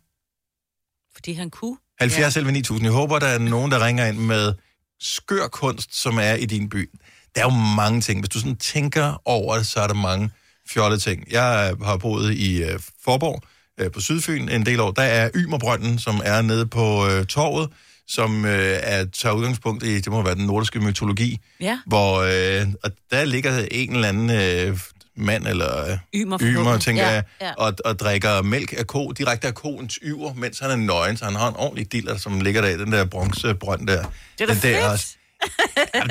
[SPEAKER 3] Fordi han kunne.
[SPEAKER 1] 70 ja. 11 9000. Jeg håber, der er nogen, der ringer ind med skør kunst, som er i din by. Der er jo mange ting. Hvis du sådan tænker over det, så er der mange fjollede ting. Jeg øh, har boet i øh, Forborg øh, på Sydfyn en del år. Der er Ymerbrønden, som er nede på øh, torvet, som øh, er, tager udgangspunkt i, det må være den nordiske mytologi,
[SPEAKER 3] Ja.
[SPEAKER 1] hvor øh, og der ligger en eller anden øh, mand eller øh,
[SPEAKER 3] Ymer
[SPEAKER 1] ymer
[SPEAKER 3] forhåbentlig.
[SPEAKER 1] tænker
[SPEAKER 3] Ja,
[SPEAKER 1] ja, jeg,
[SPEAKER 3] ja.
[SPEAKER 1] Og, og drikker mælk af ko, direkte af koens yver, mens han er nøgen, så han har en ordentlig diller, som ligger der i den der bronzebrønd der.
[SPEAKER 7] da
[SPEAKER 1] den der
[SPEAKER 7] fedt.
[SPEAKER 1] er også, jamen,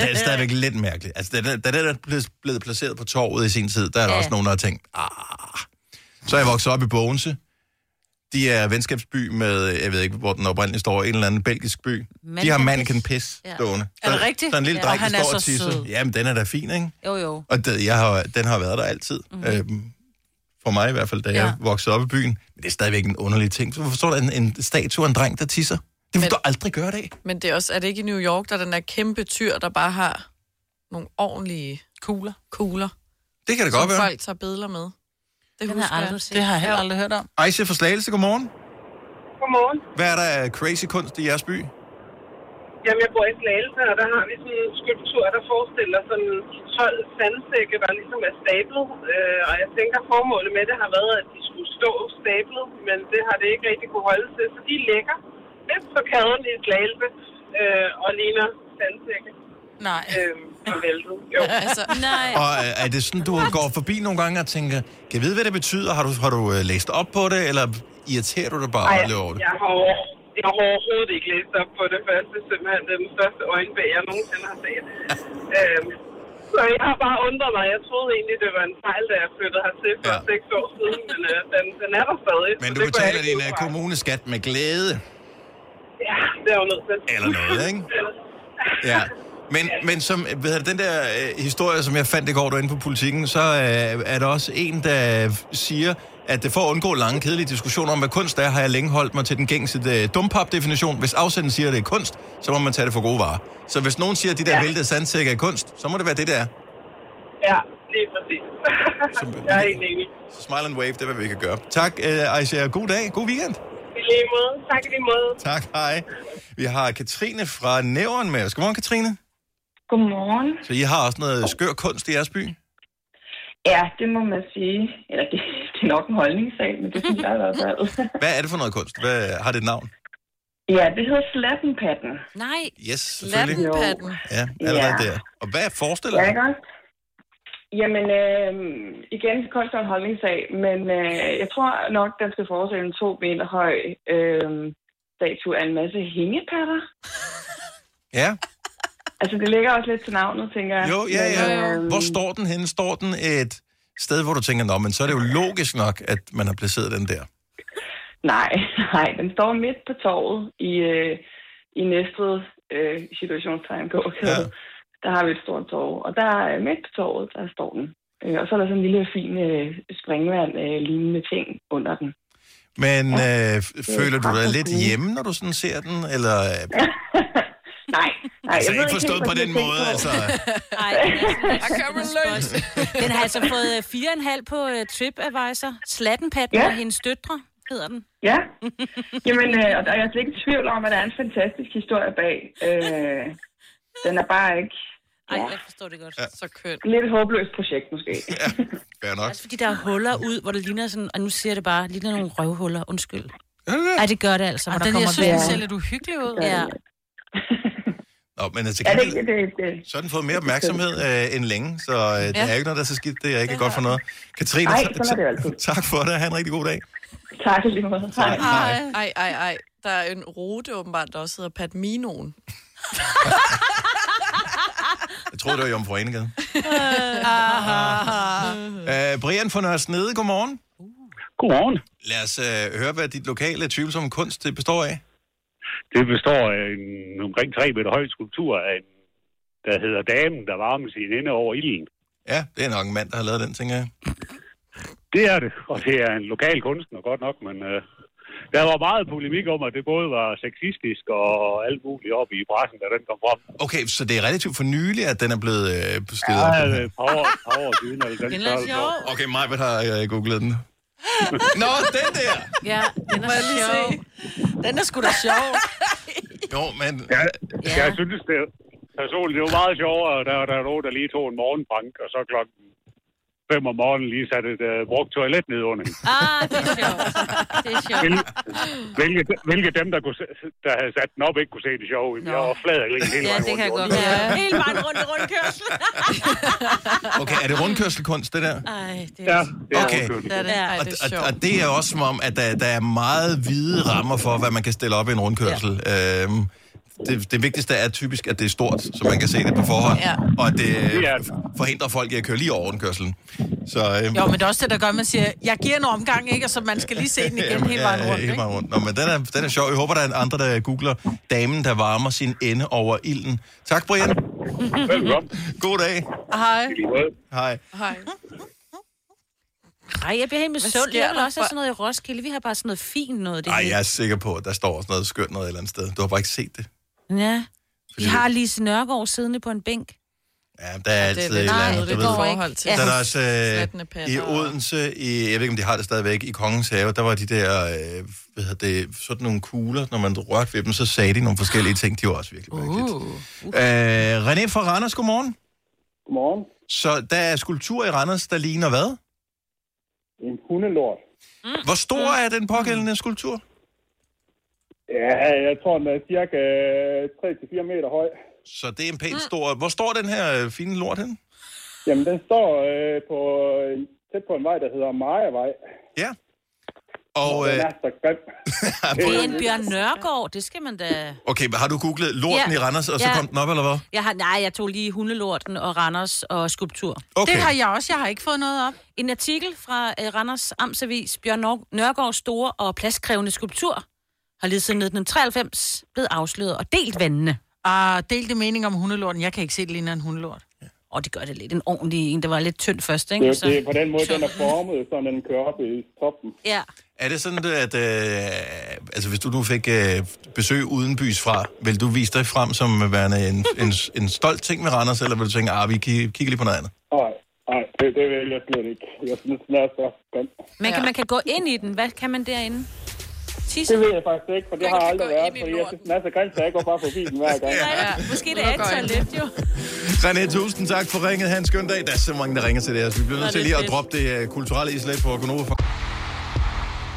[SPEAKER 1] det er stadigvæk lidt mærkeligt. Altså, da, da, da den er blevet- blevet placeret på torvet i sin tid, der er der
[SPEAKER 7] Ja.
[SPEAKER 1] ja. også nogen, der har tænkt, ah. Så er jeg vokset op i Bogense. De er venskabsby med, jeg ved ikke, hvor den oprindeligt står, en eller anden belgisk by. De har
[SPEAKER 3] Mannequin
[SPEAKER 1] mannequin piss
[SPEAKER 3] Ja.
[SPEAKER 1] stående.
[SPEAKER 3] Er det
[SPEAKER 1] Så-
[SPEAKER 3] rigtigt?
[SPEAKER 1] Så en lille
[SPEAKER 3] Ja.
[SPEAKER 1] dreng,
[SPEAKER 3] Og han
[SPEAKER 1] der
[SPEAKER 3] er
[SPEAKER 1] står og
[SPEAKER 3] så sød.
[SPEAKER 1] tisser. Jamen, den er da fin, ikke?
[SPEAKER 3] Jo, Mhm. jo.
[SPEAKER 1] Og det, jeg har, den har været der altid. Mm-hmm. Øhm, for mig i hvert fald, da ja. jeg voksede op i byen. Men det er stadigvæk en underlig ting. Så hvorfor står der en, en statue af en dreng, der tisser? Det vil du aldrig gøre det.
[SPEAKER 4] Men det er, også, er det ikke i New York, der er den der kæmpe tyr, der bare har nogle ordentlige
[SPEAKER 2] kugler,
[SPEAKER 4] kugler
[SPEAKER 1] Det kan det
[SPEAKER 4] som
[SPEAKER 1] godt være.
[SPEAKER 4] folk tager billeder med? Det
[SPEAKER 3] Den har jeg aldrig set.
[SPEAKER 2] Det har jeg heller aldrig hørt om.
[SPEAKER 1] Ejse fra Slagelse, godmorgen.
[SPEAKER 12] Godmorgen.
[SPEAKER 1] Hvad er der af crazy kunst i jeres by?
[SPEAKER 12] Jamen, jeg bor i Slagelse, og der har vi sådan en skulptur, der forestiller sådan 12 sandsække, der ligesom er stablet. Øh, og jeg tænker, formålet med det har været, at de skulle stå stablet, men det har det ikke rigtig kunne holde til. Så de ligger lidt på kaden i Slagelse øh, og ligner sandsække.
[SPEAKER 2] Nej.
[SPEAKER 12] Øh, og væltet. Jo.
[SPEAKER 4] altså,
[SPEAKER 3] nej.
[SPEAKER 1] Og øh, er det sådan, du går forbi nogle gange og tænker, kan jeg vide, hvad det betyder? Har du, har du øh, læst op på det, eller irriterer du dig bare Ej, over det?
[SPEAKER 12] jeg har, over- jeg har overhovedet ikke læst op på det, for jeg synes simpelthen, det er den største øjenbæg, jeg nogensinde har set. øhm, så jeg har bare undret mig. Jeg troede egentlig, det var en fejl, da jeg flyttede hertil for ja. seks år siden, men øh, den, den er der stadig. så
[SPEAKER 1] Men du
[SPEAKER 12] det går jeg
[SPEAKER 1] betaler
[SPEAKER 12] ikke
[SPEAKER 1] din
[SPEAKER 12] ud
[SPEAKER 1] øh,
[SPEAKER 12] fra.
[SPEAKER 1] kommuneskat med glæde.
[SPEAKER 12] Ja, det er jo nødt til.
[SPEAKER 1] Eller noget, ikke? Ja. Men, men som, ved jeg, den der øh, historie, som jeg fandt i går derinde på politikken, så øh, er der også en, der siger, at det for at undgå lange, kedelige diskussioner om, hvad kunst er, har jeg længe holdt mig til den gængse øh, dumpap-definition. Hvis afsenden siger, at det er kunst, så må man tage det for gode varer. Så hvis nogen siger, at de der ja. væltede sandsække er kunst, så må det være det, der er.
[SPEAKER 12] Ja, lige præcis. jeg er helt enig.
[SPEAKER 1] Så smile and wave, det er, hvad vi kan gøre. Tak, øh, Aisha. God dag. God weekend.
[SPEAKER 12] I lige måde. Tak i lige måde.
[SPEAKER 1] Tak, hej. Vi har Katrine fra Nævren med os. Godmorgen, Katrine.
[SPEAKER 13] Godmorgen.
[SPEAKER 1] Så I har også noget skør kunst i jeres by?
[SPEAKER 13] Ja, det må man sige. Eller det, nok en holdningssag, men det synes jeg i hvert fald.
[SPEAKER 1] Hvad er det for noget kunst? Hvad har det et navn?
[SPEAKER 13] ja, det hedder Slattenpatten.
[SPEAKER 3] Nej.
[SPEAKER 1] Yes, selvfølgelig.
[SPEAKER 13] Slattenpatten.
[SPEAKER 1] Ja, allerede
[SPEAKER 13] Ja.
[SPEAKER 1] der. Og hvad forestiller
[SPEAKER 13] Ja,
[SPEAKER 1] du?
[SPEAKER 13] ikke også? Jamen, øh, igen, kunst er en holdningssag, men øh, jeg tror nok, der skal forestille en to meter høj øh, statue af en masse hængepatter.
[SPEAKER 1] Ja.
[SPEAKER 13] Altså, det ligger også lidt til navnet, tænker jeg.
[SPEAKER 1] Jo, ja, ja.
[SPEAKER 13] Men, øh,
[SPEAKER 1] Hvor står den henne? Står den et sted, hvor du tænker, nå, men så er det jo logisk nok, at man har placeret den der.
[SPEAKER 13] Nej, nej, den står midt på torvet i, øh, i næstved øh, situationstegn gå. Ja. Der har vi et stort torv, og der øh, midt på torvet, der står den. Øh, og så er der sådan en lille fin øh, springvand øh, lignende ting under den.
[SPEAKER 1] Men ja. øh, f-
[SPEAKER 13] er
[SPEAKER 1] føler du dig
[SPEAKER 13] faktisk
[SPEAKER 1] lidt
[SPEAKER 13] cool.
[SPEAKER 1] hjemme, når du sådan ser den? Eller,
[SPEAKER 13] Nej, nej.
[SPEAKER 1] Altså,
[SPEAKER 13] jeg
[SPEAKER 1] ikke
[SPEAKER 13] ved
[SPEAKER 1] forstået
[SPEAKER 13] helt,
[SPEAKER 1] på
[SPEAKER 13] hvad
[SPEAKER 1] den
[SPEAKER 13] de har
[SPEAKER 1] måde,
[SPEAKER 13] tænkt
[SPEAKER 1] altså.
[SPEAKER 13] på.
[SPEAKER 3] Ej, den har altså fået øh, 4,5 på uh, TripAdvisor. Slattenpatten
[SPEAKER 13] Ja.
[SPEAKER 3] ja. og hendes døtre hedder den.
[SPEAKER 13] Ja, jamen, øh, og der er jeg slet ikke i tvivl om, at der er en fantastisk historie bag. Øh, den er bare ikke...
[SPEAKER 3] Ej, jeg forstår det godt. Ja. Så kønt.
[SPEAKER 13] Lidt et håbløst projekt, måske.
[SPEAKER 1] Fair nok.
[SPEAKER 3] Altså, Fordi der er huller ud, hvor det ligner sådan, og nu siger jeg det bare, ligner nogle røvhuller, undskyld.
[SPEAKER 1] Ja.
[SPEAKER 3] Ej, det gør det altså,
[SPEAKER 2] Og
[SPEAKER 3] når der
[SPEAKER 2] den,
[SPEAKER 3] kommer
[SPEAKER 2] jeg synes, den
[SPEAKER 3] vand.
[SPEAKER 2] ser lidt uhyggelig ud.
[SPEAKER 3] Ja.
[SPEAKER 1] Nå, men altså,
[SPEAKER 2] Er det
[SPEAKER 1] gengæld- så har den fået mere opmærksomhed øh, end længe, så øh, det
[SPEAKER 2] Ja.
[SPEAKER 1] er jo ikke noget, der er så skidt. Det er ikke godt for noget. Katrine,
[SPEAKER 4] Ej,
[SPEAKER 1] ta-
[SPEAKER 4] sådan er det jo
[SPEAKER 1] ta- tak for det. Ha' en rigtig god dag.
[SPEAKER 13] Tak i lige måde.
[SPEAKER 1] Hej. Hej.
[SPEAKER 4] Ej, ej, ej. Der er en rute åbenbart, der også hedder Padminoen.
[SPEAKER 1] Jeg troede, det var Jomfru Anegade.
[SPEAKER 3] Øh.
[SPEAKER 4] Aha.
[SPEAKER 1] Øh, Brian fra Nørre Snede, godmorgen.
[SPEAKER 14] Godmorgen.
[SPEAKER 1] Lad os øh, høre, hvad dit lokale tvivlsomme kunst det består af.
[SPEAKER 14] Det består af en omkring 3 meter høj skulptur af en, der hedder Damen, der varmes i ende over ilden.
[SPEAKER 1] Ja, det er nok en mand, der har lavet den, tænker jeg.
[SPEAKER 14] Det er det, og det er en lokal kunstner godt nok, men øh, der var meget polemik om, at det både var sexistisk og alt muligt op i pressen, da den kom frem.
[SPEAKER 1] Okay, så det er relativt for nylig, at den er blevet øh, stillet
[SPEAKER 14] Ja,
[SPEAKER 1] op.
[SPEAKER 14] det er et par år- par år siden. eller den størrelse.
[SPEAKER 1] Okay, Majbert har øh, googlet den. Nå, den der!
[SPEAKER 2] Ja, den
[SPEAKER 4] Må jeg lige
[SPEAKER 2] Den er sgu da sjov.
[SPEAKER 1] Jo, men...
[SPEAKER 14] Ja, Jeg synes, det personligt, det var meget sjovere, der, der er nogen, der lige tog en morgenbank, og så klokken 5 om morgenen lige satte et øh, brugt toilet ned under hende.
[SPEAKER 3] Ah, det er sjovt. Det er sjovt.
[SPEAKER 14] Hvil- Hvilke, hvilke dem, der, kunne, se- der havde sat den op, ikke kunne se det sjove. i. Jeg var flad og grinede hele
[SPEAKER 3] Ja,
[SPEAKER 14] vejen
[SPEAKER 3] det kan jeg
[SPEAKER 14] rundt.
[SPEAKER 3] godt være. Hele vejen rundt i rundkørsel.
[SPEAKER 1] Okay, er det rundkørselskunst, det der?
[SPEAKER 3] Ej, det
[SPEAKER 14] Ja,
[SPEAKER 1] det er Okay.
[SPEAKER 3] Det er det. Ej,
[SPEAKER 1] Og,
[SPEAKER 3] det er
[SPEAKER 1] og,
[SPEAKER 3] sjovt.
[SPEAKER 1] og det er også som om, at der, der er meget hvide rammer for, hvad man kan stille op i en rundkørsel. Ja. Øhm, det, det vigtigste er typisk, at det er stort, så man kan se det på forhånd, ja. og at det øh, forhindrer folk i at køre lige over rundkørselen. Så, øhm,
[SPEAKER 2] Jo, men det er også det, der gør, at man siger, jeg giver en omgang, ikke? Og så man skal lige se den igen
[SPEAKER 1] Jamen,
[SPEAKER 2] hele vejen rundt,
[SPEAKER 1] hele
[SPEAKER 2] ikke?
[SPEAKER 1] øhm, vejen rundt. Nå, men den er, den er sjov. Jeg håber, der er andre, der googler damen, der varmer sin ende over ilden. Tak, Brian.
[SPEAKER 14] Velkommen.
[SPEAKER 1] God dag.
[SPEAKER 2] Hej.
[SPEAKER 1] Hej.
[SPEAKER 4] Hej.
[SPEAKER 3] Ej, jeg bliver helt med
[SPEAKER 4] Hvad
[SPEAKER 3] sund.
[SPEAKER 4] sker
[SPEAKER 3] Jeg vil
[SPEAKER 4] der
[SPEAKER 3] også
[SPEAKER 4] for-
[SPEAKER 3] have sådan noget i Roskilde. Vi har bare sådan noget fint noget. Det
[SPEAKER 1] Ej,
[SPEAKER 3] hele.
[SPEAKER 1] jeg er sikker på, at der står sådan noget skønt noget et eller andet sted. Du har bare ikke set det.
[SPEAKER 3] Ja. Vi har Lise Nørgaard siddende på en bænk.
[SPEAKER 1] Ja, der er
[SPEAKER 3] det er
[SPEAKER 1] altid
[SPEAKER 3] det.
[SPEAKER 1] et eller
[SPEAKER 3] Nej,
[SPEAKER 1] andet.
[SPEAKER 3] det
[SPEAKER 1] du
[SPEAKER 3] går
[SPEAKER 1] ved.
[SPEAKER 3] ikke.
[SPEAKER 1] Så er der også
[SPEAKER 3] Slattende
[SPEAKER 1] øh,
[SPEAKER 3] patter
[SPEAKER 1] i
[SPEAKER 3] og-
[SPEAKER 1] Odense, i, jeg ved ikke, om de har det stadigvæk, i Kongens Have, der var de der, øh, hvad hedder det, sådan nogle kugler, når man rørte ved dem, så sagde de nogle forskellige ting. De var også virkelig mærkeligt. Uh, Øh, René fra Randers, godmorgen.
[SPEAKER 15] Godmorgen.
[SPEAKER 1] Så der er skulptur i Randers, der ligner hvad? Mm.
[SPEAKER 15] En hundelort.
[SPEAKER 1] Hvor stor er den pågældende skulptur?
[SPEAKER 15] Ja, jeg tror, den er cirka øh, 3-4 meter høj.
[SPEAKER 1] Så det er en
[SPEAKER 3] Mm.
[SPEAKER 1] pænt stor... Hvor står den her øh, fine lort hen?
[SPEAKER 15] Jamen, den står øh, på, tæt på en vej, der hedder Majavej.
[SPEAKER 1] Ja. Og,
[SPEAKER 15] øh... Den
[SPEAKER 1] øh,
[SPEAKER 15] er så grim.
[SPEAKER 3] Det er en Bjørn Nørgaard. Det skal man da...
[SPEAKER 1] okay, har du googlet lorten
[SPEAKER 3] Ja.
[SPEAKER 1] i Randers, og så
[SPEAKER 3] Ja.
[SPEAKER 1] kom den op, eller hvad?
[SPEAKER 3] Jeg har, nej, jeg tog lige hundelorten og Randers og skulptur.
[SPEAKER 1] Okay. Det har
[SPEAKER 3] jeg også. Jeg har ikke fået noget op. En artikel fra øh, Randers Amtsavis, Bjørn Nør- Nørgaards store og pladskrævende skulptur, har lige siden 1993 blevet afsløret og delt vandene.
[SPEAKER 2] Ah, delte mening om hundelorten. Jeg kan ikke se, det ligner en hundelort.
[SPEAKER 3] Og det gør det lidt en ordentlig en, der var lidt tynd først,
[SPEAKER 15] Det,
[SPEAKER 3] ikke?
[SPEAKER 15] det er på den måde, den er formet, så den kører op i toppen.
[SPEAKER 3] Ja.
[SPEAKER 1] Er det sådan, at øh, altså, hvis du nu fik øh, besøg uden bys fra, vil du vise dig frem som værende en, en, en stolt ting med Randers, eller vil du tænke, ah, vi ki- kigger lige på noget andet?
[SPEAKER 15] Nej, nej, det, det vil jeg slet ikke. Jeg synes, den er så grim.
[SPEAKER 3] Men kan, man kan gå ind i den. Hvad kan man derinde? Tisse?
[SPEAKER 15] Det ved jeg faktisk ikke, for det har aldrig været, fordi jeg synes, den er så grim, så jeg går bare forbi den hver gang.
[SPEAKER 3] Ja, måske det er et toilet, jo.
[SPEAKER 1] René, tusind tak for ringet. Ha' en skøn dag. Der er så mange, der ringer til det her, så vi bliver
[SPEAKER 3] Nå,
[SPEAKER 1] nødt til
[SPEAKER 3] det er
[SPEAKER 1] lige at
[SPEAKER 3] fedt.
[SPEAKER 1] droppe det øh, kulturelle islæg på Gonova.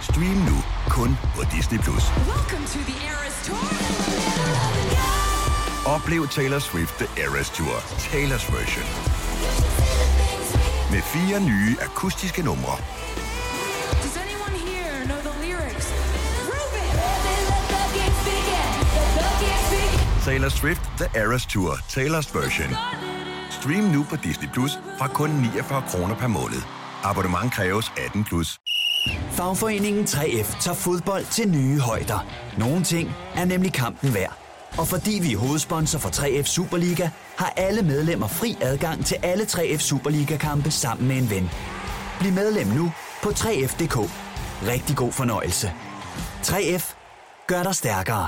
[SPEAKER 16] Stream nu kun på Disney+. Plus.
[SPEAKER 7] Welcome to the Eras Tour.
[SPEAKER 16] Oplev Taylor Swift The Eras Tour, Taylor's version. Med fire nye akustiske numre.
[SPEAKER 7] Does anyone here know the lyrics?
[SPEAKER 16] Taylor Swift The Eras Tour, Taylor's version. Stream nu på Disney Plus fra kun 49 kroner per måned. Abonnement kræves 18 plus.
[SPEAKER 17] Fagforeningen 3F tager fodbold til nye højder. Nogle ting er nemlig kampen værd. Og fordi vi er hovedsponsor for 3F Superliga, har alle medlemmer fri adgang til alle 3F Superliga-kampe sammen med en ven. Bliv medlem nu på 3F.dk. Rigtig god fornøjelse. 3F gør dig stærkere.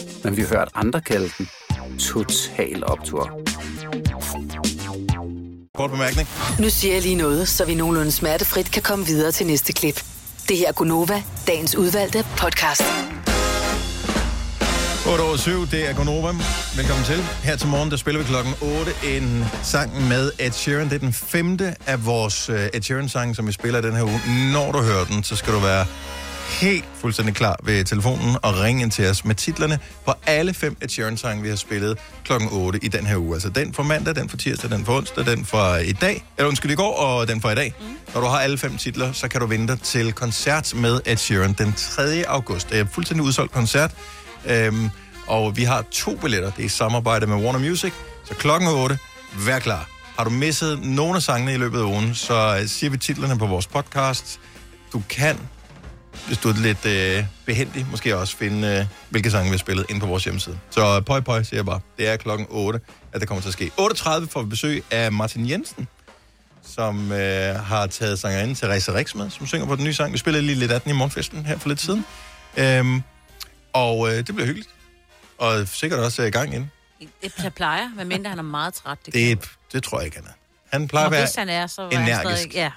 [SPEAKER 18] men vi har hørt andre kalde den Total Optor.
[SPEAKER 1] Kort bemærkning.
[SPEAKER 5] Nu siger jeg lige noget, så vi nogenlunde smertefrit kan komme videre til næste klip. Det her er Gunova, dagens udvalgte podcast.
[SPEAKER 1] 8 over 7, det er Gonova. Velkommen til. Her til morgen, der spiller vi klokken 8 en sang med Ed Sheeran. Det er den femte af vores øh, Ed Sheeran-sang, som vi spiller den her uge. Når du hører den, så skal du være helt fuldstændig klar ved telefonen og ringe ind til os med titlerne på alle fem Ed Sheeran-sange, vi har spillet klokken 8 i den her uge. Altså den fra mandag, den fra tirsdag, den fra onsdag, den fra i dag, eller undskyld i går, og den fra i dag. Mm. Når du har alle fem titler, så kan du vinde dig til koncert med Ed Sheeran den 3. august. Det er en fuldstændig udsolgt koncert. Øhm, og vi har to billetter. Det er i samarbejde med Warner Music. Så klokken 8, vær klar. Har du misset nogle af sangene i løbet af ugen, så øh, siger vi titlerne på vores podcast. Du kan, hvis du er lidt øh, behendig, måske også finde, øh, hvilke sange vi har spillet inde på vores hjemmeside. Så øh, pøj pøj, siger jeg bare. Det er klokken 8, at det kommer til at ske. 8.30 får vi besøg af Martin Jensen, som øh, har taget sangerinden Therese Rix med, som synger på den nye sang. Vi spillede lige lidt af den i morgenfesten her for lidt siden. Øhm, og øh, det bliver hyggeligt. Og sikkert også øh, gang ind.
[SPEAKER 3] Jeg plejer, medmindre han er meget træt. Det, kan-
[SPEAKER 1] Det, det tror jeg ikke, han er. Han plejer at
[SPEAKER 3] Og
[SPEAKER 1] være
[SPEAKER 3] hvis han er, så var han
[SPEAKER 1] energisk.
[SPEAKER 3] stadig... Ja.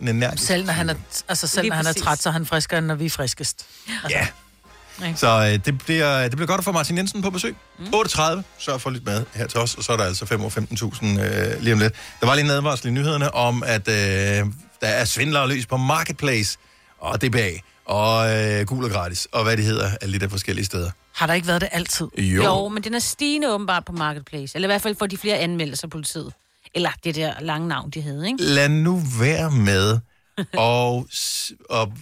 [SPEAKER 1] En energisk.
[SPEAKER 2] Selv når han er, altså selv
[SPEAKER 3] Lige
[SPEAKER 2] når han er
[SPEAKER 3] præcis.
[SPEAKER 2] træt, så er han friskere, end når vi er friskest. Altså,
[SPEAKER 1] Ja. Så øh, det, bliver, det bliver godt at få Martin Jensen på besøg. Mm. 8.30, sørg for lidt mad her til os, og så er der altså 5 og 15.000 øh, lige om lidt. Der var lige en advarsel i nyhederne om, at øh, der er svindlere løs på Marketplace og DBA og øh, Gul og Gratis og hvad det hedder, alle de der forskellige steder.
[SPEAKER 2] Har der ikke været det altid?
[SPEAKER 1] Jo.
[SPEAKER 3] jo, men den er stigende åbenbart på Marketplace. Eller i hvert fald får de flere anmeldelser af politiet. Eller det der lange navn, de havde, ikke?
[SPEAKER 1] Lad nu være med. og, s- og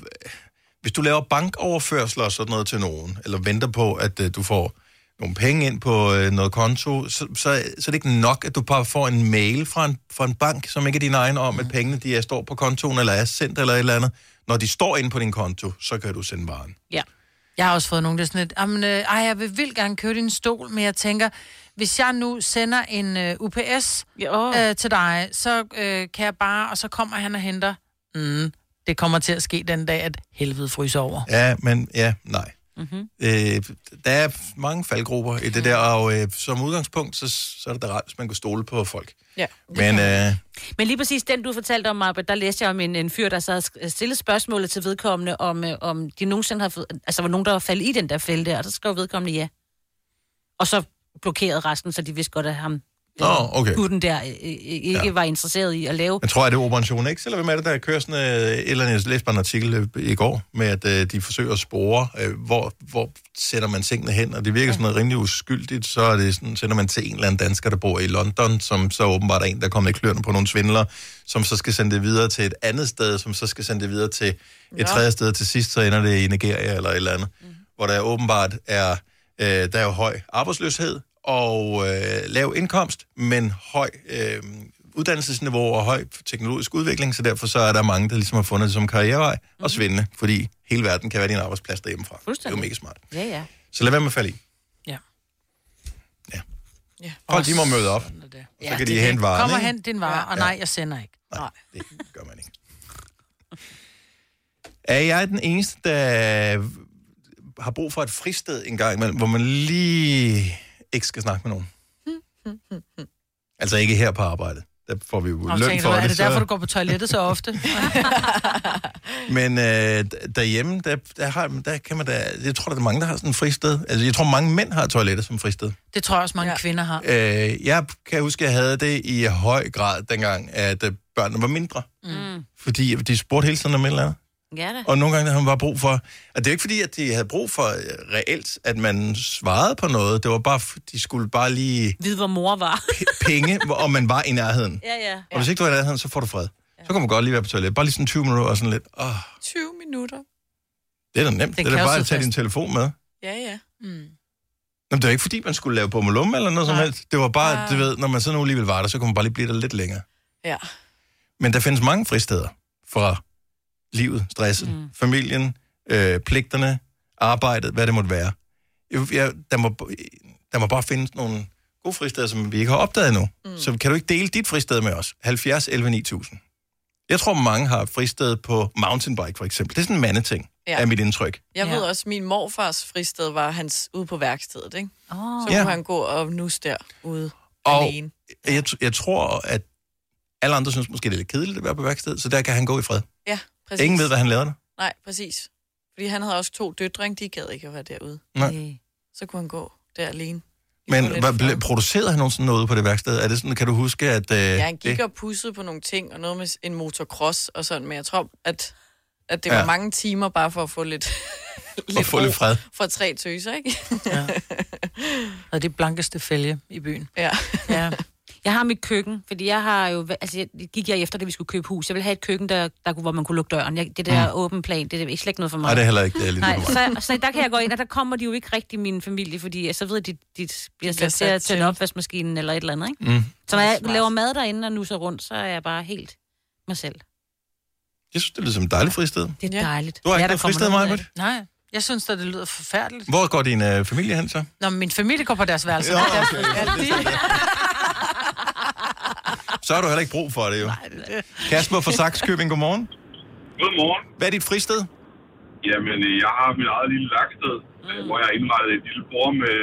[SPEAKER 1] hvis du laver bankoverførsler og sådan noget til nogen, eller venter på, at øh, du får nogle penge ind på øh, noget konto, så, så, så er det ikke nok, at du bare får en mail fra en, fra en bank, som ikke er din egen, om at pengene de er, står på kontoen, eller er sendt, eller et eller andet. Når de står inde på din konto, så kan du sende varen.
[SPEAKER 3] Ja.
[SPEAKER 2] Jeg har også fået nogle, der er sådan lidt, jamen, øh, ej, jeg vil vildt gerne købe din stol, men jeg tænker, hvis jeg nu sender en øh, UPS øh, til dig, så øh, kan jeg bare, og så kommer han og henter. Mm, det kommer til at ske den dag, at helvede fryser over.
[SPEAKER 1] Ja, men ja, nej.
[SPEAKER 2] Mm-hmm.
[SPEAKER 1] Øh, der er mange faldgrupper i det der, og øh, som udgangspunkt, så, så er det da rart, hvis man kan stole på folk.
[SPEAKER 3] Ja.
[SPEAKER 1] Men øh,
[SPEAKER 3] Men lige præcis den, du fortalte om, Marbet, der læste jeg om en, en fyr, der så havde sk- stillet spørgsmålet til vedkommende, om, øh, om de nogensinde har fået... Altså, var nogen, der var faldet i den der fælde der, og så skrev vedkommende ja. Og så blokerede resten, så de vidste godt, at ham...
[SPEAKER 1] Nå, okay.
[SPEAKER 3] Gutten der øh, øh, ikke
[SPEAKER 1] Ja.
[SPEAKER 3] ja. var interesseret i at lave...
[SPEAKER 1] Jeg tror, at det er Operation X, eller hvem er det, der kører sådan øh, et eller andet, jeg læste bare en artikel øh, i går, med at øh, de forsøger at spore, øh, hvor, hvor sætter man tingene hen, og det virker sådan noget rimelig uskyldigt, så er det sådan, sender man til en eller anden dansker, der bor i London, som så åbenbart er en, der er kommet i kløerne på nogle svindlere, som så skal sende det videre til et andet sted, som så skal sende det videre til et
[SPEAKER 19] Nå.
[SPEAKER 1] tredje sted, til sidst så ender det i Nigeria eller et eller andet, mm. hvor der åbenbart er, øh, der er jo høj arbejdsløshed, og øh, lav indkomst, men høj øh, uddannelsesniveau og høj teknologisk udvikling, så derfor så er der mange, der ligesom har fundet det som karrierevej
[SPEAKER 2] Mhm.
[SPEAKER 1] mm. og svindende, fordi hele verden kan være din arbejdsplads derhjemmefra. Det er jo mega smart.
[SPEAKER 3] Ja, ja.
[SPEAKER 1] Så lad være med at falde i.
[SPEAKER 2] Ja.
[SPEAKER 1] Folk, de må møde op. Så kan de
[SPEAKER 2] det er
[SPEAKER 1] hente
[SPEAKER 2] det.
[SPEAKER 1] varen,
[SPEAKER 2] Kom og
[SPEAKER 1] ikke?
[SPEAKER 2] hent din vare, og nej, jeg sender ikke. Nej.
[SPEAKER 1] Er jeg den eneste, der har brug for et fristed en gang imellem, hvor man lige ikke skal snakke med nogen? Altså ikke her på arbejdet. Der får vi jo
[SPEAKER 2] Nå,
[SPEAKER 1] løn
[SPEAKER 2] tænker
[SPEAKER 1] for
[SPEAKER 2] du, er
[SPEAKER 1] det.
[SPEAKER 2] det derfor, du går på toilettet så ofte?
[SPEAKER 1] Men øh, d- derhjemme, der, der, har, der kan man da... Jeg tror, der er mange, der har sådan et fristed. Altså, jeg tror, mange mænd har toilettet som fristed.
[SPEAKER 2] Det tror jeg også, mange ja. kvinder har.
[SPEAKER 1] Øh, jeg kan huske, jeg havde det i høj grad dengang, at øh, børnene var mindre.
[SPEAKER 3] Mm.
[SPEAKER 1] Fordi de spurgte hele tiden om et eller andet.
[SPEAKER 3] Ja da.
[SPEAKER 1] Og nogle gange havde man bare brug for... Og det er jo ikke fordi, at de havde brug for øh, reelt, at man svarede på noget. Det var bare, f- de skulle bare lige
[SPEAKER 3] Vide, hvor mor var.
[SPEAKER 1] penge, hvor- om man var i nærheden.
[SPEAKER 3] ja, ja.
[SPEAKER 1] Og hvis ikke du er i nærheden, så får du fred. Så kan man godt lige være på toilettet. Bare lige sådan 20 minutter og sådan lidt. Åh,
[SPEAKER 4] 20 minutter.
[SPEAKER 1] det er da nemt.
[SPEAKER 4] Den
[SPEAKER 1] det er
[SPEAKER 4] kan
[SPEAKER 1] da
[SPEAKER 4] jo
[SPEAKER 1] bare at
[SPEAKER 4] sidde
[SPEAKER 1] tage din
[SPEAKER 4] fast.
[SPEAKER 1] telefon med.
[SPEAKER 4] Ja, ja. Mm.
[SPEAKER 1] Jamen, det var ikke fordi, man skulle lave bummelum eller noget Nej. som helst. Det var bare,
[SPEAKER 4] Nej.
[SPEAKER 1] du ved, når man så nu alligevel var der, så kunne man bare lige blive der lidt længere.
[SPEAKER 4] Ja.
[SPEAKER 1] Men der findes mange fristeder fra livet, stressen, mm. familien, øh, pligterne, arbejdet, hvad det måtte være. Jeg, jeg, der, må, der må bare findes nogle gode fristeder, som vi ikke har opdaget endnu. Mm. Så kan du ikke dele dit fristed med os? 70 11 9000. Jeg tror, mange har fristed på mountainbike, for eksempel. Det er sådan en mandeting,
[SPEAKER 4] Ja.
[SPEAKER 1] ja. er mit indtryk.
[SPEAKER 4] Jeg ja. ved også, at min morfars fristed var hans ude på værkstedet, ikke?
[SPEAKER 3] Oh.
[SPEAKER 4] Så kunne
[SPEAKER 1] Ja.
[SPEAKER 4] ja. han gå og nus derude
[SPEAKER 1] Og
[SPEAKER 4] alene.
[SPEAKER 1] jeg, tr- jeg tror, at alle andre synes måske, det er lidt kedeligt at være på værksted, så der kan han gå i fred.
[SPEAKER 4] Ja,
[SPEAKER 1] Præcis.
[SPEAKER 4] præcis.
[SPEAKER 1] Ingen ved, hvad han laver der.
[SPEAKER 4] Nej, præcis. Fordi han havde også to døtre, ikke? de gad ikke at være derude.
[SPEAKER 1] Nej.
[SPEAKER 4] Så kunne han gå der alene.
[SPEAKER 1] Men hvad, ble, producerede han nogensinde noget ude på det værksted? Er det sådan, kan du huske, at... Øh,
[SPEAKER 4] Ja, han gik
[SPEAKER 1] det,
[SPEAKER 4] og pussede på nogle ting, og noget med en motocross og sådan, men jeg tror, at, at det var
[SPEAKER 1] Ja.
[SPEAKER 4] mange timer bare for at få lidt...
[SPEAKER 1] og få lidt
[SPEAKER 4] ro
[SPEAKER 1] fred.
[SPEAKER 4] Fra tre tøser, ikke? ja.
[SPEAKER 2] Og det blankeste fælge i byen.
[SPEAKER 4] Ja.
[SPEAKER 2] ja.
[SPEAKER 3] Jeg har mit køkken, fordi jeg har jo... Altså, jeg, gik jeg efter, da vi skulle købe hus. Jeg ville have et køkken, der, der kunne, hvor man kunne lukke døren. Jeg, det der
[SPEAKER 1] Mm.
[SPEAKER 3] mm. åben plan, det er ikke slet ikke noget for mig.
[SPEAKER 1] Nej, det er heller ikke det er lidt
[SPEAKER 3] Nej,
[SPEAKER 1] for mig.
[SPEAKER 3] så, så der kan jeg gå ind, og der kommer de jo ikke rigtig min familie, fordi så ved de, de bliver
[SPEAKER 4] bliver
[SPEAKER 3] sat til at
[SPEAKER 4] sat
[SPEAKER 3] tænde opvaskemaskinen eller et eller andet, ikke?
[SPEAKER 1] Mm.
[SPEAKER 3] Så når jeg laver mad derinde og nusser rundt, så er jeg bare helt mig selv.
[SPEAKER 1] Jeg synes, det lyder som et dejligt fristed.
[SPEAKER 3] Det er ja. dejligt.
[SPEAKER 1] Du har ikke
[SPEAKER 2] der
[SPEAKER 1] noget
[SPEAKER 2] kommer
[SPEAKER 1] fristed,
[SPEAKER 2] noget ud af
[SPEAKER 1] Maja?
[SPEAKER 2] det. Nej, jeg synes da, det lyder forfærdeligt.
[SPEAKER 1] Hvor går din øh, familie hen så?
[SPEAKER 2] Nå, men min familie går på deres værelse.
[SPEAKER 1] Ja,
[SPEAKER 2] Ja, okay.
[SPEAKER 1] okay. Så har du heller ikke brug for det, jo. Kasper fra Saxkøbing, godmorgen.
[SPEAKER 19] Godmorgen.
[SPEAKER 1] Hvad er dit fristed?
[SPEAKER 19] Jamen, øh, jeg har mit eget lille værksted, mm. hvor jeg har indrettet et lille bord med